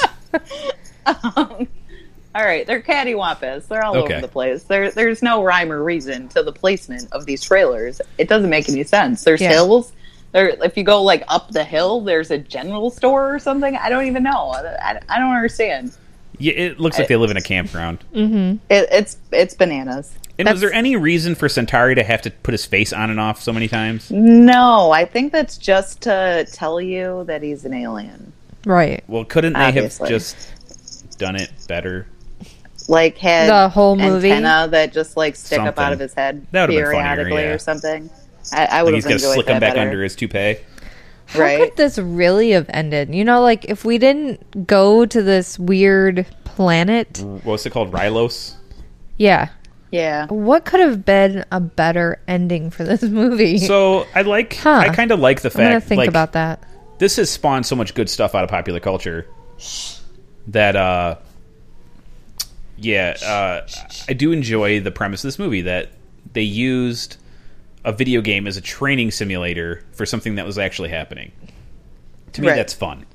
right, they're cattywampus. They're all
Okay.
over the place. There, there's no rhyme or reason to the placement of these trailers. It doesn't make any sense. There's
Yeah.
hills. There, if you go like up the hill, there's a general store or something. I don't even know. I, I- I don't understand.
yeah, it looks like they live in a campground.
It, it's it's bananas.
And was there any reason for Centauri to have to put his face on and off so many times?
Mm, No, I think that's just to tell you that he's an alien.
right.
Well, couldn't they
Obviously.
have just done it better?
Like had
The whole movie?
antenna that just like stick up
Something.
out of his head
That would've been funnier,
periodically
yeah.
or something. I, I
Like
would have
he's gonna
enjoyed
slick
that
him back
better.
under his toupee.
How
right?
could this really have ended? You know, like if we didn't go to this weird planet,
Mm.
What's it called? Rylos.
yeah.
Yeah.
What could have been a better ending for this movie?
So I like.
Huh.
I kind of like the
I'm gonna
fact.
think
like,
about that.
This has spawned so much good stuff out of popular culture that uh yeah uh i do enjoy the premise of this movie that they used a video game as a training simulator for something that was actually happening to me
Right.
that's fun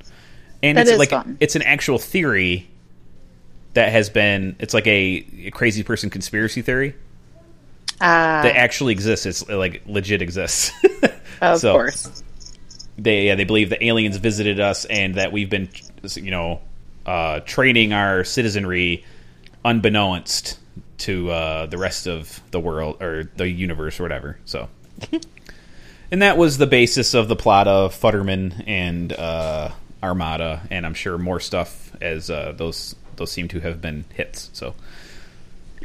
and
That
it's
is
like
fun.
it's an actual theory that has been it's like a, a crazy person conspiracy theory
Ah,
that actually exists it's like legit exists
of
so-
course.
they yeah, they believe the aliens visited us and that we've been you know uh, training our citizenry unbeknownst to uh, the rest of the world or the universe or whatever. So, and that was the basis of the plot of Futterman and uh, Armada, and I'm sure more stuff as uh, those those seem to have been hits. So.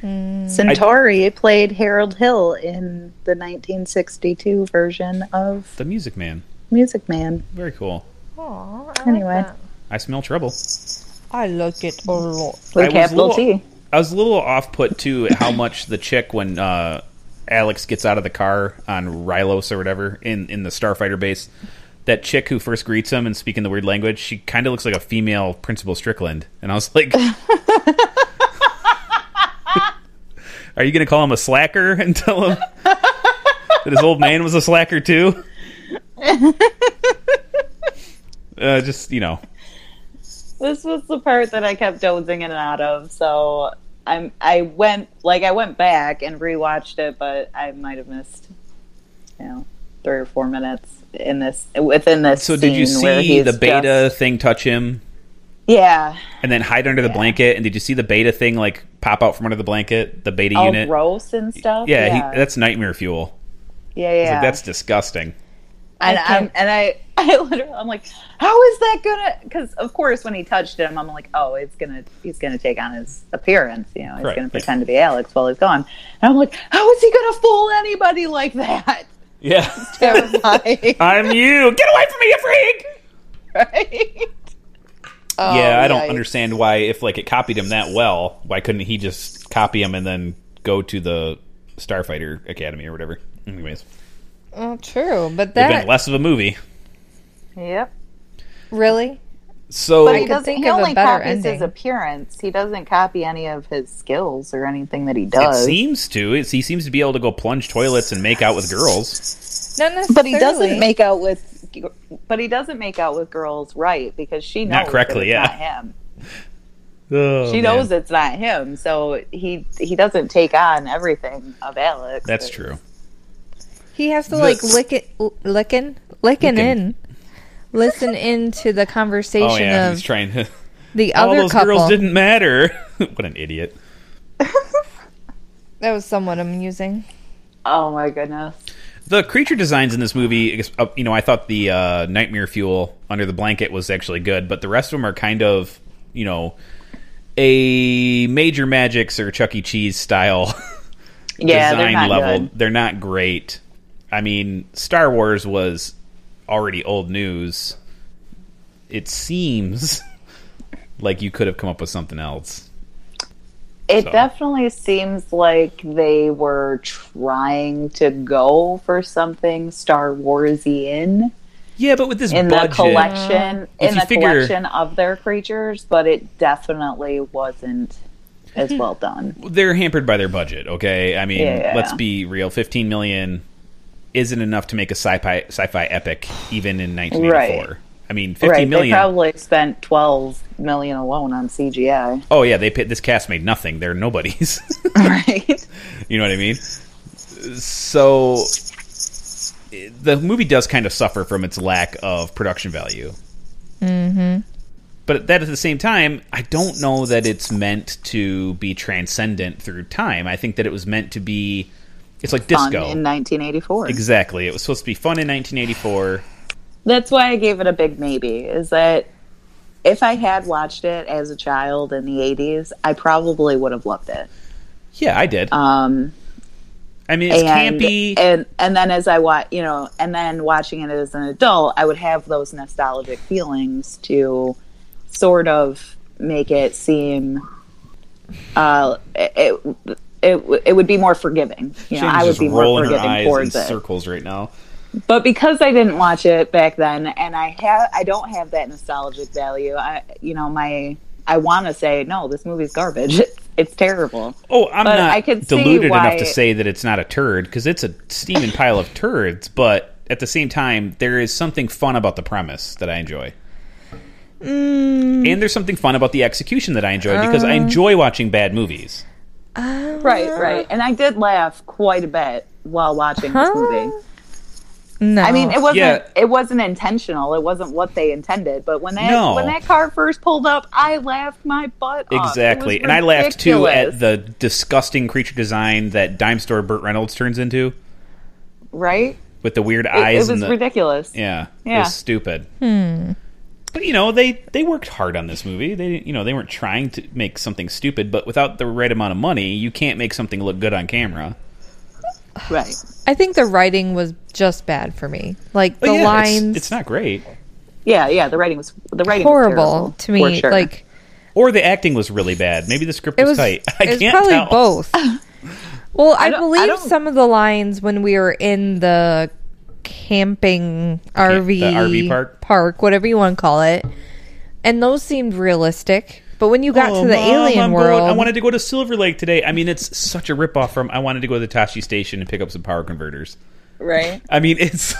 Centauri played Harold Hill in the 1962 version of
The Music Man,
Music Man.
very cool.
Anyway,
I smell trouble.
I like it a lot.
With
I was
capital
little-
T.
I was a little off put too at how much the chick when uh, Alex gets out of the car on Rylos or whatever in in the starfighter base that chick who first greets him and speaking the weird language, she kind of looks like a female Principal Strickland. And I was like, Are you going to call him a slacker and tell him that his old man was a slacker too? uh, just, you know.
This was the part that I kept dozing in and out of, so I'm I went like I went back and rewatched it, but I might have missed you know three or four minutes in this within this.
So, did you
scene where
see
he's
the beta
just-
thing touch him
yeah,
and then hide under the blanket? And did you see the beta thing like pop out from under the blanket? The beta
all
unit?
gross and stuff.
yeah,
Oh, yeah,
He, that's nightmare fuel.
yeah,
I was
yeah.
like, That's disgusting.
and
I
I'm,
can't-
and I I literally I'm like, how is that gonna? Because of course when he touched him, I'm like, oh, it's gonna he's gonna take on his appearance. You know, he's
Right,
gonna
yeah.
pretend to be Alex while he's gone. And I'm like, how is he gonna fool anybody like that?
Yeah.
Terrifying,
I'm you. Get away from me, you freak!
right?
yeah, I don't
yikes.
understand why if like it copied him that well, why couldn't he just copy him and then go to the Starfighter Academy or whatever? Anyways,
Oh, true, but
it'd been
that
less of a movie.
Yep.
really
So
But he
could
doesn't.
think
He
of a
only
better
copies his
ending.
appearance. He doesn't copy any of his skills or anything that he
it
does.
seems to. It's, he seems to be able to go plunge toilets and make out with girls.
not necessarily.
but he doesn't make out with.
But he doesn't make out with girls right because she knows
Not correctly,
that
yeah.
it's not him.
Oh,
She knows it's not him, so he he doesn't take on everything of Alex.
That's
It-
true.
He has to like
The-
lick it, l- licking, licking in, listen into the conversation
Oh yeah, he's
of
trying to.
the
All
other
those girls
couple.
didn't matter. what an idiot!
That was somewhat amusing.
Oh my goodness.
The creature designs in this movie, uh, you know, I thought the uh, nightmare fuel under the blanket was actually good, but the rest of them are kind of, you know, a major magics or Chuck E. Cheese style
Yeah, they're
design
not
level.
good.
They're not great. I mean, Star Wars was already old news. It seems like you could have come up with something else.
It
So.
definitely seems like they were trying to go for something Star Warsy in
Yeah, but with this
in
budget,
the collection
If
in
you
the
figure-
collection of their creatures, but it definitely wasn't as
Hmm.
well done.
they're hampered by their budget. Okay, I mean,
Yeah.
let's be real. Fifteen million isn't enough to make a sci-fi sci-fi epic, even in 1984. I mean,
Right?
fifteen million.
They probably spent twelve million alone on CGI.
oh yeah, they paid, this cast made nothing. They're nobodies.
Right?
you know what I mean? So the movie does kind of suffer from its lack of production value. Mm-hmm. But that at the same time, I don't know that it's meant to be transcendent through time. I think that it was meant to be. It's like
Fun
disco
in 1984.
Exactly. It was supposed to be fun in 1984.
That's why I gave it a big maybe. Is that if I had watched it as a child in the eighties, I probably would have loved it.
Yeah, I did.
Um,
I mean, it's
and,
campy.
and and then as I watch, you know, and then watching it as an adult, I would have those nostalgic feelings to sort of make it seem uh, it. it it, it would be more forgiving. You know,
Shane's
I would
just
be more
rolling her
forgiving
eyes in
towards it.
circles right now.
but because I didn't watch it back then, and I have, I don't have that nostalgic value. I, you know, my, I want to say no, this movie's garbage. It's, it's terrible.
Oh, I'm
But
not
I could see
deluded enough
why-
to say that it's not a turd because it's a steaming pile of turds. But at the same time, there is something fun about the premise that I enjoy.
Mm.
And there's something fun about the execution that I enjoy because
Uh.
I enjoy watching bad movies.
Right, right. And I did laugh quite a bit while watching this movie.
No,
I mean, it wasn't
Yeah.
it wasn't intentional. It wasn't what they intended. But when that
No.
when that car first pulled up, I laughed my butt off.
Exactly.
It was
And I laughed too at
ridiculous,
the disgusting creature design that Dime Store Burt Reynolds turns into
right.
with the weird
It, it
eyes
was
and the
ridiculous.
Yeah, it
Yeah.
was stupid.
Hmm.
But you know, they they worked hard on this movie. They didn't- you know they weren't trying to make something stupid, but without the right amount of money, you can't make something look good on camera.
Right.
I think the writing was just bad for me. Like
But
the
Oh, yeah, it's-
lines,
it's, not great,
Yeah, yeah. The writing was the writing was
horrible
terrible,
to
for
me.
sure.
Like
or the acting was really bad. Maybe the script
it
was,
was,
tight. I
it was
can't
probably
tell.
both. well, I,
don't- I
believe
don't-
some of the lines when we were in the camping RV
the RV park?
park, whatever you want to call it, and those seemed realistic. But when you got
Oh,
to the
Mom,
alien
I'm going-
world,
I wanted to go to Silver Lake today. I mean, it's such a ripoff from I wanted to go to the Tashi station and pick up some power converters.
Right.
I mean, it's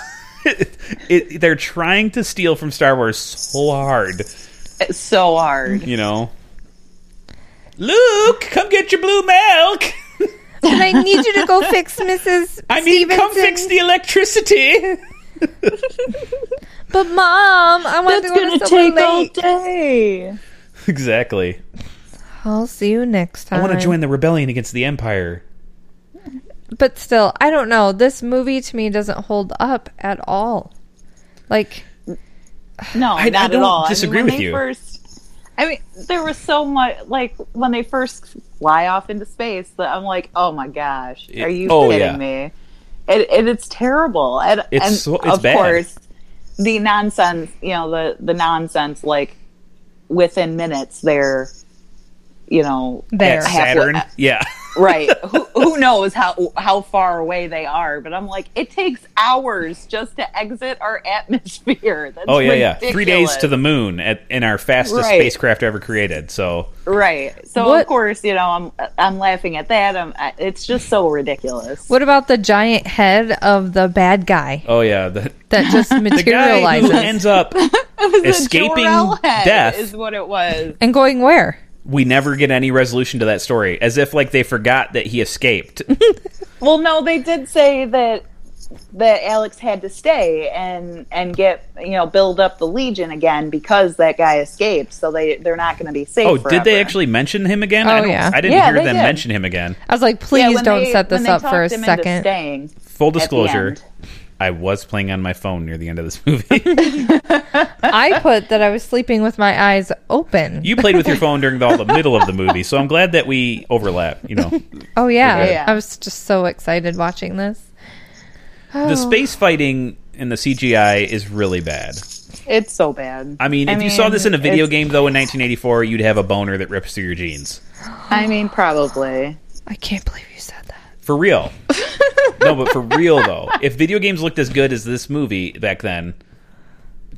it, it, they're trying to steal from Star Wars so hard,
It's so hard.
you know. Luke, come get your blue milk.
and I need you to go fix Mrs.
I mean, come
Stevenson.
fix the electricity.
But mom, I want to
That's
go
gonna
to Silver
take
Lake.
all day.
exactly.
I'll see you next time.
I
Um,
want to join the rebellion against the Empire.
But still, I don't know. This movie to me doesn't hold up at all. Like,
No,
I- I
not
don't
at all.
disagree
I mean, when
with
they
you.
First, I mean, there was so much like when they first fly off into space that I'm like, oh my gosh,
It-
are you
oh,
kidding
yeah.
me? It, it it's terrible, and,
It's
and
so- it's
of
bad.
course, the nonsense. You know, the the nonsense. Like within minutes, they're you know
there.
At Saturn.
uh,
Yeah.
right who, who knows how how far away they are but i'm like it takes hours just to exit our atmosphere That's
Oh yeah, yeah. Three
ridiculous.
days to the moon at, in our fastest
Right.
spacecraft ever created. So
right so
What-
of course you know i'm i'm laughing at that i'm I- it's just so ridiculous
What about the giant head of the bad guy
Oh yeah, the,
that just
the guy who
materializes
ends up escaping
Jor-El head
death.
is what it was
and going where?
we never get any resolution to that story, as if like they forgot that he escaped.
well no they did say that that alex had to stay and and get you know build up the legion again because that guy escaped so they they're not going to be safe
oh, did they
forever.
actually mention him again? I,
Oh,
don't,
yeah.
I didn't
Yeah,
hear
they
them
did.
mention him again.
I was like,
Yeah,
please
when
don't
they-
set
when
this
they
up for a
talked him into
second.
staying.
Full disclosure,
end.
I was playing on my phone near the end of this movie.
I put that I was sleeping with my eyes open.
you played with your phone during the, all the middle of the movie, so I'm glad that we overlap. You know,
oh yeah.
Yeah.
I was just so excited watching this. Oh,
Oh.
the space fighting and the CGI is really bad.
It's so bad.
I mean,
I
if you saw
mean,
this in a video
it's-
game though in 1984, you'd have a boner that rips through your jeans.
I mean, probably.
I can't believe you said that.
For real. no, but for real though. If video games looked as good as this movie back then,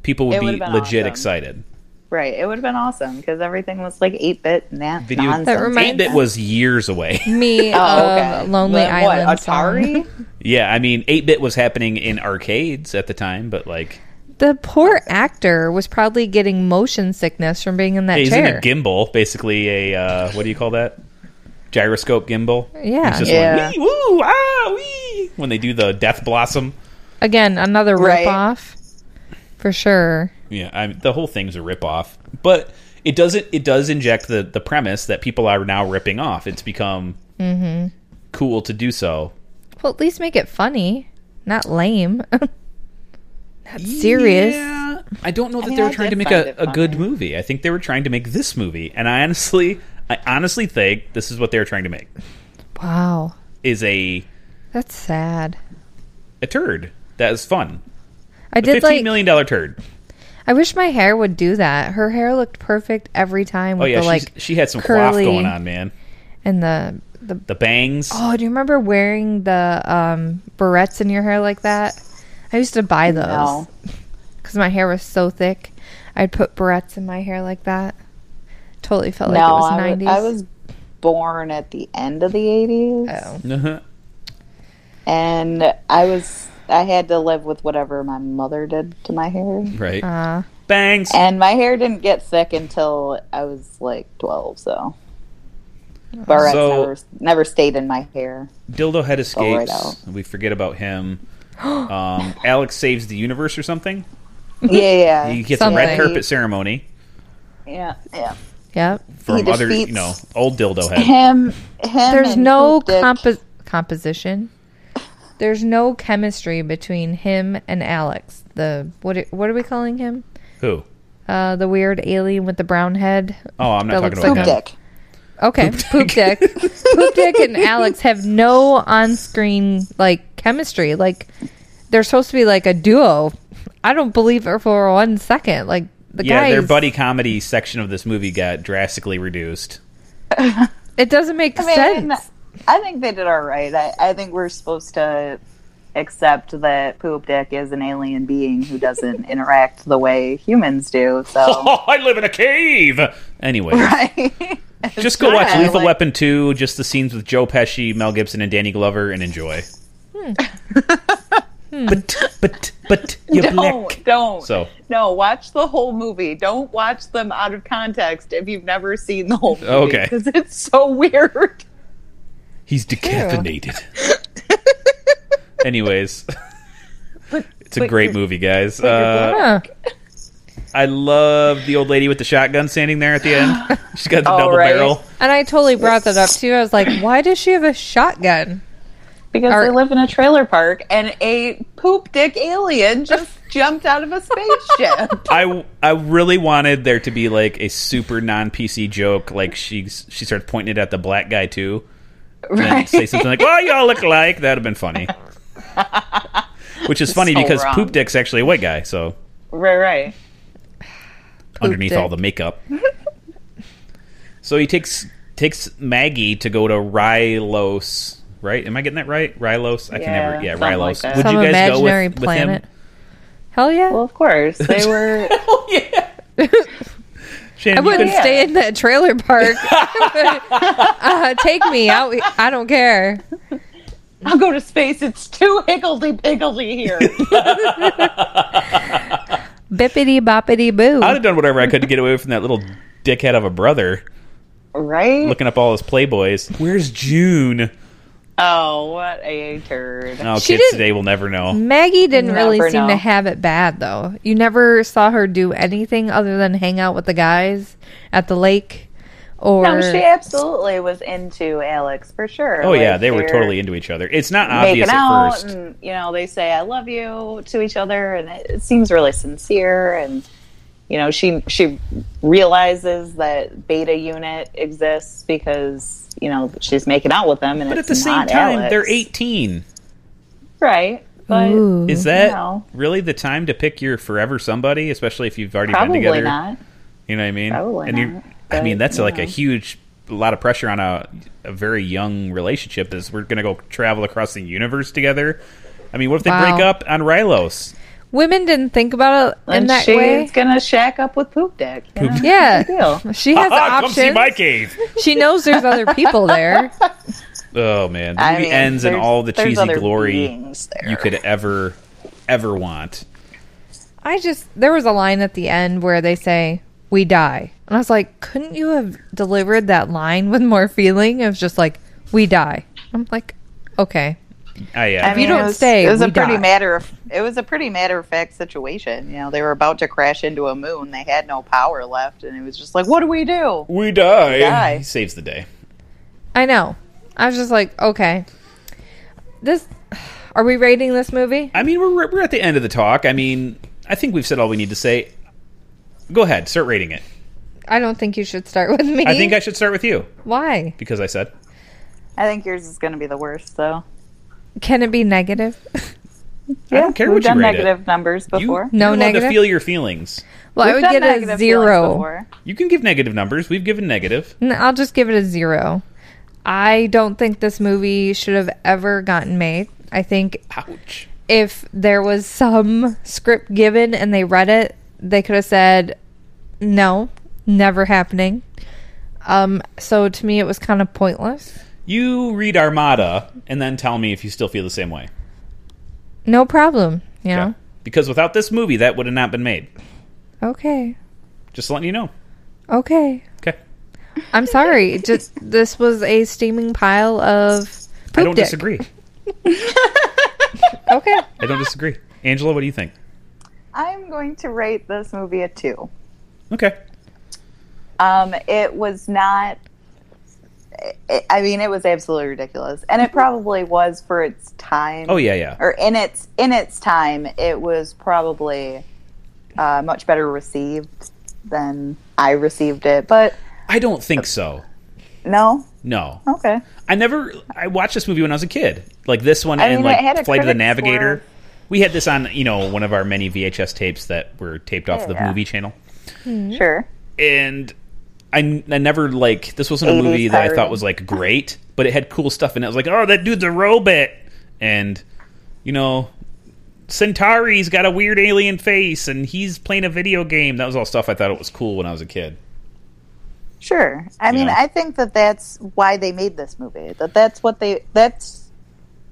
people would
It
be
would've been
legit
awesome.
excited.
Right. It would have been awesome because everything was like 8 bit and that
Video-
nonsense.
That reminds-
8-bit was years away.
Me of
Oh,
uh,
okay.
Lonely
Then what,
Island song.
Atari?
yeah, I mean, 8-bit was happening in arcades at the time, but like
The poor actor was probably getting motion sickness from being in that
he's in
chair.
a gimbal, basically a uh, what do you call that? Gyroscope gimbal.
Yeah.
He's just
Yeah.
like, wee, woo, ah, wee, when they do the death blossom.
Again, another
Right.
ripoff for sure.
Yeah, I mean, the whole thing's a ripoff, but it doesn't. It does inject the the premise that people are now ripping off. It's become
Mm-hmm.
cool to do so.
Well, at least make it funny, not lame, not serious.
Yeah, I don't know that
mean,
they were
I
trying to
did
make
find
a,
it
a good
funny.
movie. I think they were trying to make this movie, and I honestly, I honestly think this is what they were trying to make
Wow,
is a
that's sad.
a turd that is fun.
I
A
did
fifteen
like.
million dollar turd.
I wish my hair would do that. Her hair looked perfect every time
Oh
with
yeah,
the
she's
like
she had some
curly-
quaff going on, man.
and the the.
The bangs.
Oh, do you remember wearing the um, barrettes in your hair like that? I used to buy those
No.
because my hair was so thick. I'd put barrettes in my hair like that. Totally felt like it
no,
was
I, was,
nineties.
I was born at the end of the 80s.
Oh.
Uh-huh.
And I was. I had to live with whatever my mother did to my hair.
Right.
Uh,
bangs.
And my hair didn't get thick until I was like 12, so. Barrettes
So-
never, never stayed in my hair.
Dildo Head escapes.
out.
we forget about him. Um, Alex saves the universe or something.
Yeah, yeah.
He gets a red
Something.
carpet ceremony
Yeah, yeah.
yep.
from
He
other, you
defeats-
know, old Dildo Head.
Him, him.
There's
and
no
Poop Dick.
compo- composition. There's no chemistry between him and Alex. The what? Are, what are we calling him?
Who?
Uh, the weird alien with the brown head.
Oh, I'm not
That
talking
looks
about
Poop
like
him.
Dick.
Okay, poop dick. poop dick and Alex have no on-screen like chemistry. Like they're supposed to be like a duo. I don't believe it for one second. Like the
Yeah,
guys.
their buddy comedy section of this movie got drastically reduced.
It doesn't make
I mean,
sense.
I think they did all right. I, I think we're supposed to except that Poop Dick is an alien being who doesn't interact the way humans do. So,
Oh, I live in a cave. Anyway,
right?
just go watch
not
Lethal
like-
Weapon 2, just the scenes with Joe Pesci, Mel Gibson, and Danny Glover, and enjoy.
Hmm.
but, but, but, you're black.
don't, don't.
So,
No, watch the whole movie. Don't watch them out of context if you've never seen the whole movie.
Okay.
Because it's so weird.
he's decaffeinated. Anyways, it's a great movie, guys. Uh,
Huh.
I love the old lady with the shotgun standing there at the end. She's got the
Oh,
double
right.
barrel.
And I totally brought that up too. I was like, why does she have a shotgun?
Because
Are-
they live in a trailer park and a poop dick alien just jumped out of a spaceship.
I, I really wanted there to be like a super non PC joke, like she's she starts pointing it at the black guy too, and then say something like, "Well, y'all look alike." That'd have been funny. Which is funny
So
because
wrong.
Poop Dick's actually a white guy, so
right, right.
underneath
Dick.
all the makeup. so he takes takes Maggie to go to Rylos, right? Am I getting that right? Rylos? I can
Yeah,
never. Yeah,
something like
Rylos.
that.
Would
Some
you guys go
imaginary
with, with him?
planet. Hell yeah.
Well, of course. They were.
Shannon,
I
you
wouldn't
could-
yeah.
stay in that trailer park. uh, take me out. I don't care.
I'll go to space. It's too higgledy piggledy here.
Bippity boppity boo.
I'd have done whatever I could to get away from that little dickhead of a brother
right?
looking up all his playboys. Where's June?
Oh, what a turd.
Oh,
She
kids
didn't-
today will never know.
Maggie didn't really
Never
seem
know.
to have it bad though. You never saw her do anything other than hang out with the guys at the lake or
No, she absolutely was into Alex for sure.
Oh yeah,
Like,
they were
they're
totally into each other. It's not obvious
making
at
out,
first.
and you know, they say "I love you" to each other, and it, it seems really sincere. And you know, she she realizes that Beta Unit exists because you know she's making out with them, and
But at
it's
the same
not
time,
Alex.
they're 18.
right? But
Ooh.
Is
Mm-hmm.
that
know.
really the time to pick your forever somebody, especially if you've already been
probably
together?
not.
You know what I mean?
Probably
and you-
not,
I mean,
but,
that's like a huge a lot of pressure on a, a very young relationship. Is we're going to go travel across the universe together? I mean, what if they
Wow.
break up on Rylos?
women didn't think about it in
And
that
she's
way.
gonna shack up with Poop Dick. you know?
Yeah.
Deal.
She has
Ah, come see
options.
my cave.
She knows there's other people there.
Oh man, the
I
movie
mean,
ends in
there's-
all the
there's
cheesy
other
glory
beings there.
you could ever ever want.
I just there was a line at the end where they say we die, and I was like, couldn't you have delivered that line with more feeling? It was just like we die. I'm like, okay,
Ah, yeah.
I mean,
you don't
it was,
stay,
It was a
we
pretty
die.
matter of it was a pretty matter of fact situation. You know, they were about to crash into a moon. They had no power left, and it was just like, what do we do?
we die.
die.
He saves the day.
I know. I was just like, okay, this. Are we rating this movie?
I mean, we're we're at the end of the talk. I mean, I think we've said all we need to say. Go ahead, start rating it.
I don't think you should start with me.
I think I should start with you
Why
because I said
I think yours is going to be the worst, though.
can it be negative?
I don't care
We've
what you
done
rate
negative numbers
it. You,
before.
you
No
love
negative?
To feel your feelings.
Well,
We've
I
done
would get
negative
a
feelings
zero.
before.
You can give negative numbers. We've given negative.
N- I'll just give it a zero. I don't think this movie should have ever gotten made. I think
Ouch.
if there was some script given and they read it, they could have said, "No, never happening." Um, so to me, it was kind of pointless.
You read Armada and then tell me if you still feel the same way.
No problem. You know.
Because without this movie, that would have not been made.
Okay.
Just letting you know.
Okay.
Okay.
I'm sorry. It Just this was a steaming pile of. Poop
I don't
dick.
disagree.
Okay.
I don't disagree. Angela, what do you think?
I'm going to rate this movie a two.
Okay.
Um, it was not. I- I mean, it was absolutely ridiculous, and it probably was for its time.
Mm-hmm. Oh yeah, yeah.
or in its in its time, it was probably uh, much better received than I received it. But
I don't think so.
no,
No.
okay.
I never I watched this movie when I was a kid. Like this one
I
and
mean, it had a
like Flight of the
critic
Navigator.
score.
We had this on, you know, one of our many VHS tapes that were taped off the
Yeah.
movie channel. Mm-hmm.
Sure.
And I, n- I never like this wasn't a
80s
movie that I
pirating.
thought was like great, but it had cool stuff in it. I was like, "Oh, that dude's a robot." And you know, Centauri's got a weird alien face and he's playing a video game. That was all stuff I thought it was cool when I was a kid.
Sure. I mean,
Yeah.
I think that that's why they made this movie. That that's what they that's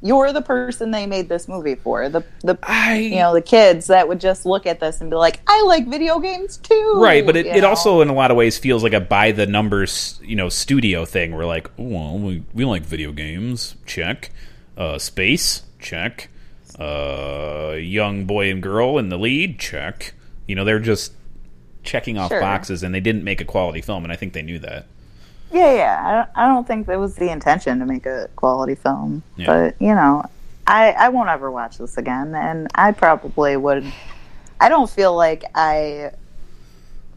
you're the person they made this movie for. The the
I
you know, the kids that would just look at this and be like, "I like video games too."
Right, but it,
you
it
know?
also in a lot of ways feels like a by the numbers, you know, studio thing. We're like, "Oh, well, we, we like video games, check. Uh, space, check. Uh, young boy and girl in the lead, check. You know, they're just checking off
Sure.
boxes, and they didn't make a quality film, and I think they knew that.
Yeah, yeah. I don't, I don't think that was the intention to make a quality film,
Yeah.
but you know, I I won't ever watch this again, and I probably would. I don't feel like I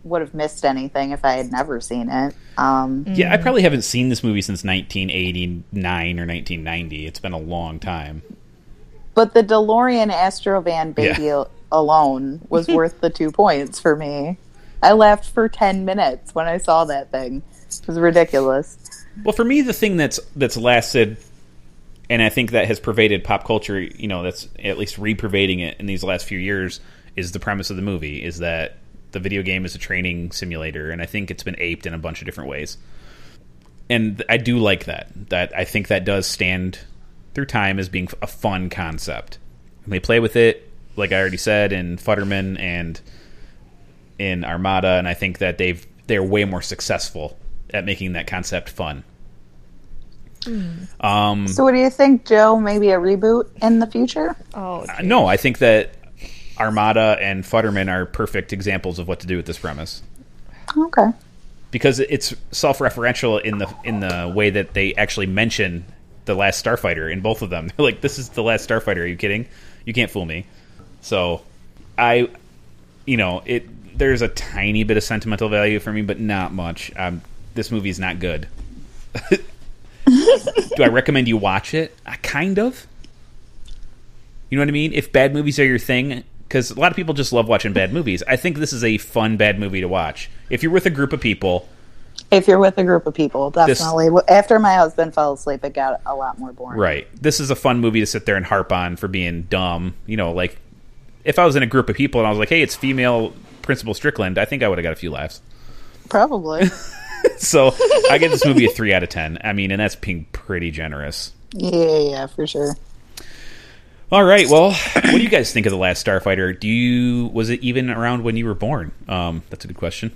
would have missed anything if I had never seen it. Um,
Yeah, I probably haven't seen this movie since 1989 or 1990. It's been a long time.
But the DeLorean Astrovan baby al- alone was worth the two points for me. I laughed for ten minutes when I saw that thing. It was ridiculous.
Well, for me, the thing that's that's lasted, and I think that has pervaded pop culture. You know, that's at least re-pervading it in these last few years. Is the premise of the movie is that the video game is a training simulator, and I think it's been aped in a bunch of different ways. And th- I do like that. That I think that does stand through time as being a fun concept. And they play with it, like I already said, in Futterman and in Armada, and I think that they've they're way more successful at making that concept fun. Um,
So, what do you think, Joe? Maybe a reboot in the future?
Oh,
uh, no, I think that Armada and Futterman are perfect examples of what to do with this premise
Okay.
because it's self-referential in the in the way that they actually mention the last Starfighter in both of them. They're like, "This is the last Starfighter." Are you kidding? You can't fool me. So, I, you know, it. There's a tiny bit of sentimental value for me, but not much. Um, this movie is not good. do I recommend you watch it? I kind of. You know what I mean? If bad movies are your thing, because a lot of people just love watching bad movies. I think this is a fun bad movie to watch. If you're with a group of people,
If you're with a group of people,
This-
definitely. After my husband fell asleep, it got a lot more boring.
right? This is a fun movie to sit there and harp on for being dumb. You know, like if I was in a group of people and I was like, "Hey, it's female Principal Strickland," I think I would have got a few laughs.
Probably.
So I give this movie a three out of ten. I mean, and that's being pretty generous.
yeah, yeah, for sure.
All right. Well, what do you guys think of the last Starfighter? Do you was it even around when you were born? Um, that's a good question.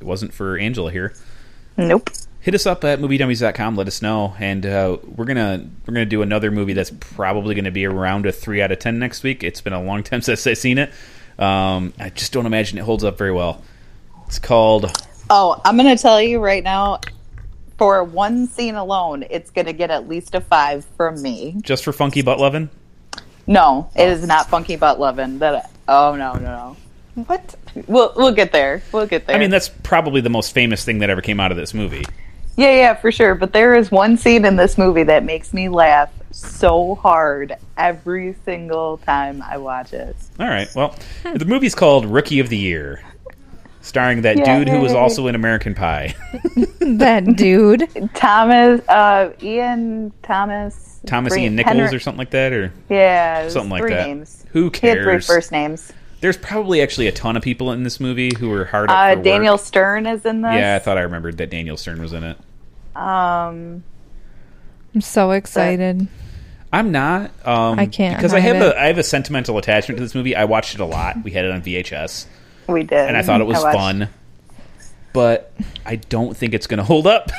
It wasn't for Angela here.
Nope.
Hit us up at moviedummies.com. Let us know, and uh, we're gonna we're gonna do another movie that's probably gonna be around a three out of ten next week. It's been a long time since I've seen it. Um, I just don't imagine it holds up very well. It's called
Oh, I'm going to tell you right now for one scene alone, it's going to get at least a five from me.
Just for Funky Butt Lovin'.
No, it is not Funky Butt Lovin'. That oh no no no. What? We'll we'll get there. We'll get there.
I mean, that's probably the most famous thing that ever came out of this movie.
yeah yeah for sure. But there is one scene in this movie that makes me laugh so hard every single time I watch it.
All right. Well,
Hmm.
the movie's called Rookie of the Year, starring that dude who was also in American Pie,
that dude.
Thomas, uh, Ian Thomas,
Thomas
Green-
Ian Nichols
Henry-
or something like that, or
yeah, it was
something like
three
that.
Names.
Who
He had three
cares?
first names.
There's probably actually a ton of people in this movie who were hard up
Uh,
for
Daniel
work.
Stern is in this.
Yeah, I thought I remembered that Daniel Stern was in it.
Um,
I'm so excited.
I'm not. Um,
I can't
because I
hide
have
it.
a I have a sentimental attachment to this movie. I watched it a lot. We had it on VHS,
we did,
and I thought it was
Mm, watched-
fun. But I don't think it's going to hold up.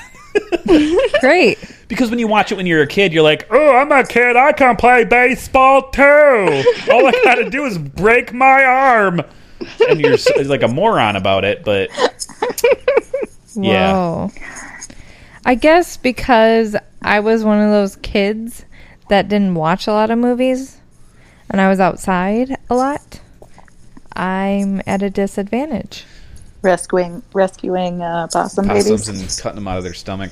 Great.
Because when you watch it when you're a kid, you're like, oh, I'm a kid. I can play baseball too. All I got to do is break my arm. And you're s- like a moron about it, but yeah.
Whoa. Oh. I guess because I was one of those kids that didn't watch a lot of movies and I was outside a lot, I'm at a disadvantage.
rescuing rescuing uh, possum
Possums
babies.
and cutting them out of their stomach.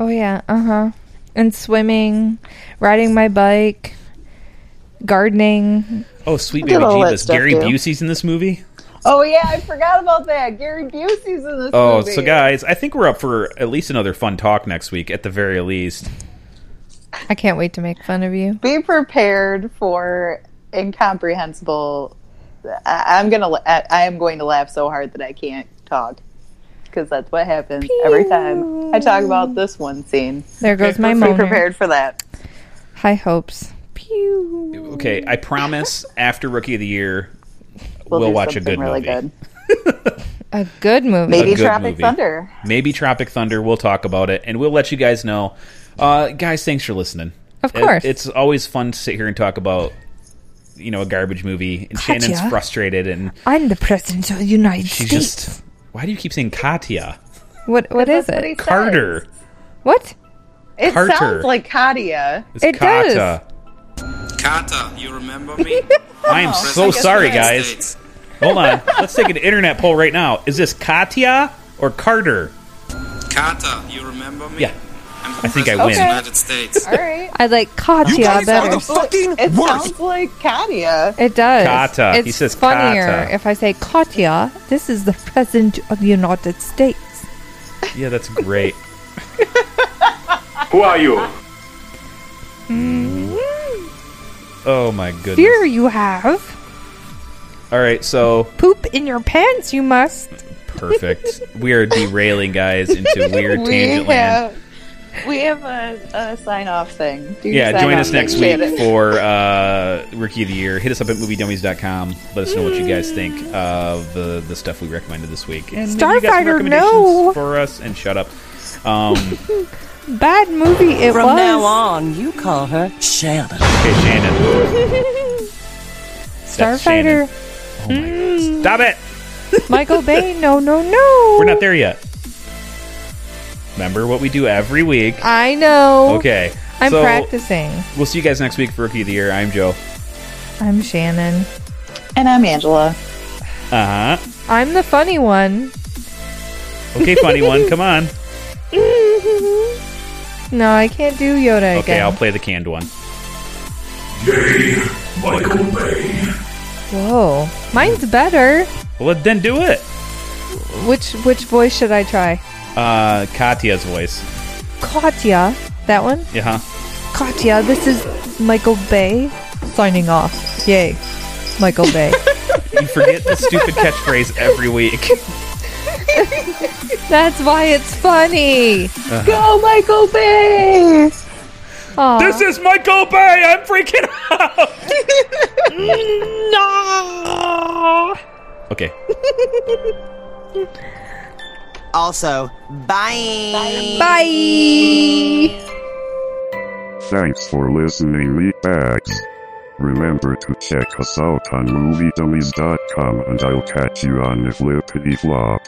Oh, yeah. Uh huh. And swimming, riding my bike, gardening.
Oh, sweet
did
baby
all that
Jeebus.
stuff,
Gary
too.
Busey's in this movie.
Oh yeah, I forgot about that. Gary Busey's in this
Oh,
movie.
so guys, I think we're up for at least another fun talk next week, at the very least.
I can't wait to make fun of you.
Be prepared for incomprehensible. I, I'm gonna. la- I, I am going to laugh so hard that I can't talk because that's what happens every time I talk about this one scene.
There goes my
Be
moaner.
prepared for that.
High hopes. Pew.
Okay, I promise. After Rookie of the Year, we'll,
do
watch a
something
good
really
movie.
good.
A good movie.
Maybe
good
Tropic
movie.
Thunder.
Maybe Tropic Thunder. We'll talk about it, and we'll let you guys know. Uh, guys, thanks for listening.
Of
It-
course.
it's always fun to sit here and talk about you know a garbage movie. And Shannon's
Katya.
frustrated, and
I'm the president of the United
she's
States.
just. Why do you keep saying Katya?
what what is
what he
it?
said.
Carter.
What?
It
Carter.
sounds like Katia.
It's
It
Kata.
does.
Carter, you remember me?
I
Oh.
am so sorry, guys.
States.
Hold on. Let's take an internet poll right now. Is this Katya or Carter?
Carter, you remember me?
Yeah.
I'm
I think I
President of
win.
the United States.
All right.
I like Katya better.
fucking
It sounds like Katia.
It does.
Kata.
It's
He says
funnier
kata.
if I say Katya. This is the president of the United States.
Yeah, that's great.
Who are you?
Hmm. Oh my goodness.
Fear you have.
All right, so
Poop in your pants, you must.
perfect. we are derailing guys into weird
We
tangent land.
have, we have a, a sign off thing. Do your
Yeah, join
sign-off
us next
thing, Shannon.
week for uh, Rookie of the Year. Hit us up at moviedummies.com. Let us know what you
Mm.
guys think of the, the stuff we recommended this week. And maybe you got some
Starfighter,
recommendations
no.
for us and shut up. Um,
Bad movie it
From
was.
now on, you call her Shannon.
okay, Shannon.
Starfighter.
Oh my God. Stop it.
Michael Bay. No, no, no.
We're not there yet. Remember what we do every week.
I know.
Okay.
Oh, I'm
so
practicing.
We'll see you guys next week for Rookie of the Year. I'm Joe.
I'm Shannon.
And I'm Angela.
Uh huh.
I'm the funny one.
Okay, funny one. Come on.
No, I can't do Yoda
Okay,
again.
I'll play the canned one.
Whoa, mine's better.
Well, then do it.
Which which voice should I try?
Uh, Katya's voice.
Katya, that one.
Yeah.
Katya, this is Michael Bay signing off. Yay, Michael Bay.
You forget the stupid catchphrase every week.
That's why it's funny.
Go, Michael Bay!
Aw.
This is Michael Bay. I'm freaking out. no. Okay.
Also, bye.
Bye.
Thanks for listening, meatbags. Remember to check us out on moviedummies.com and I'll catch you on the flippity flop.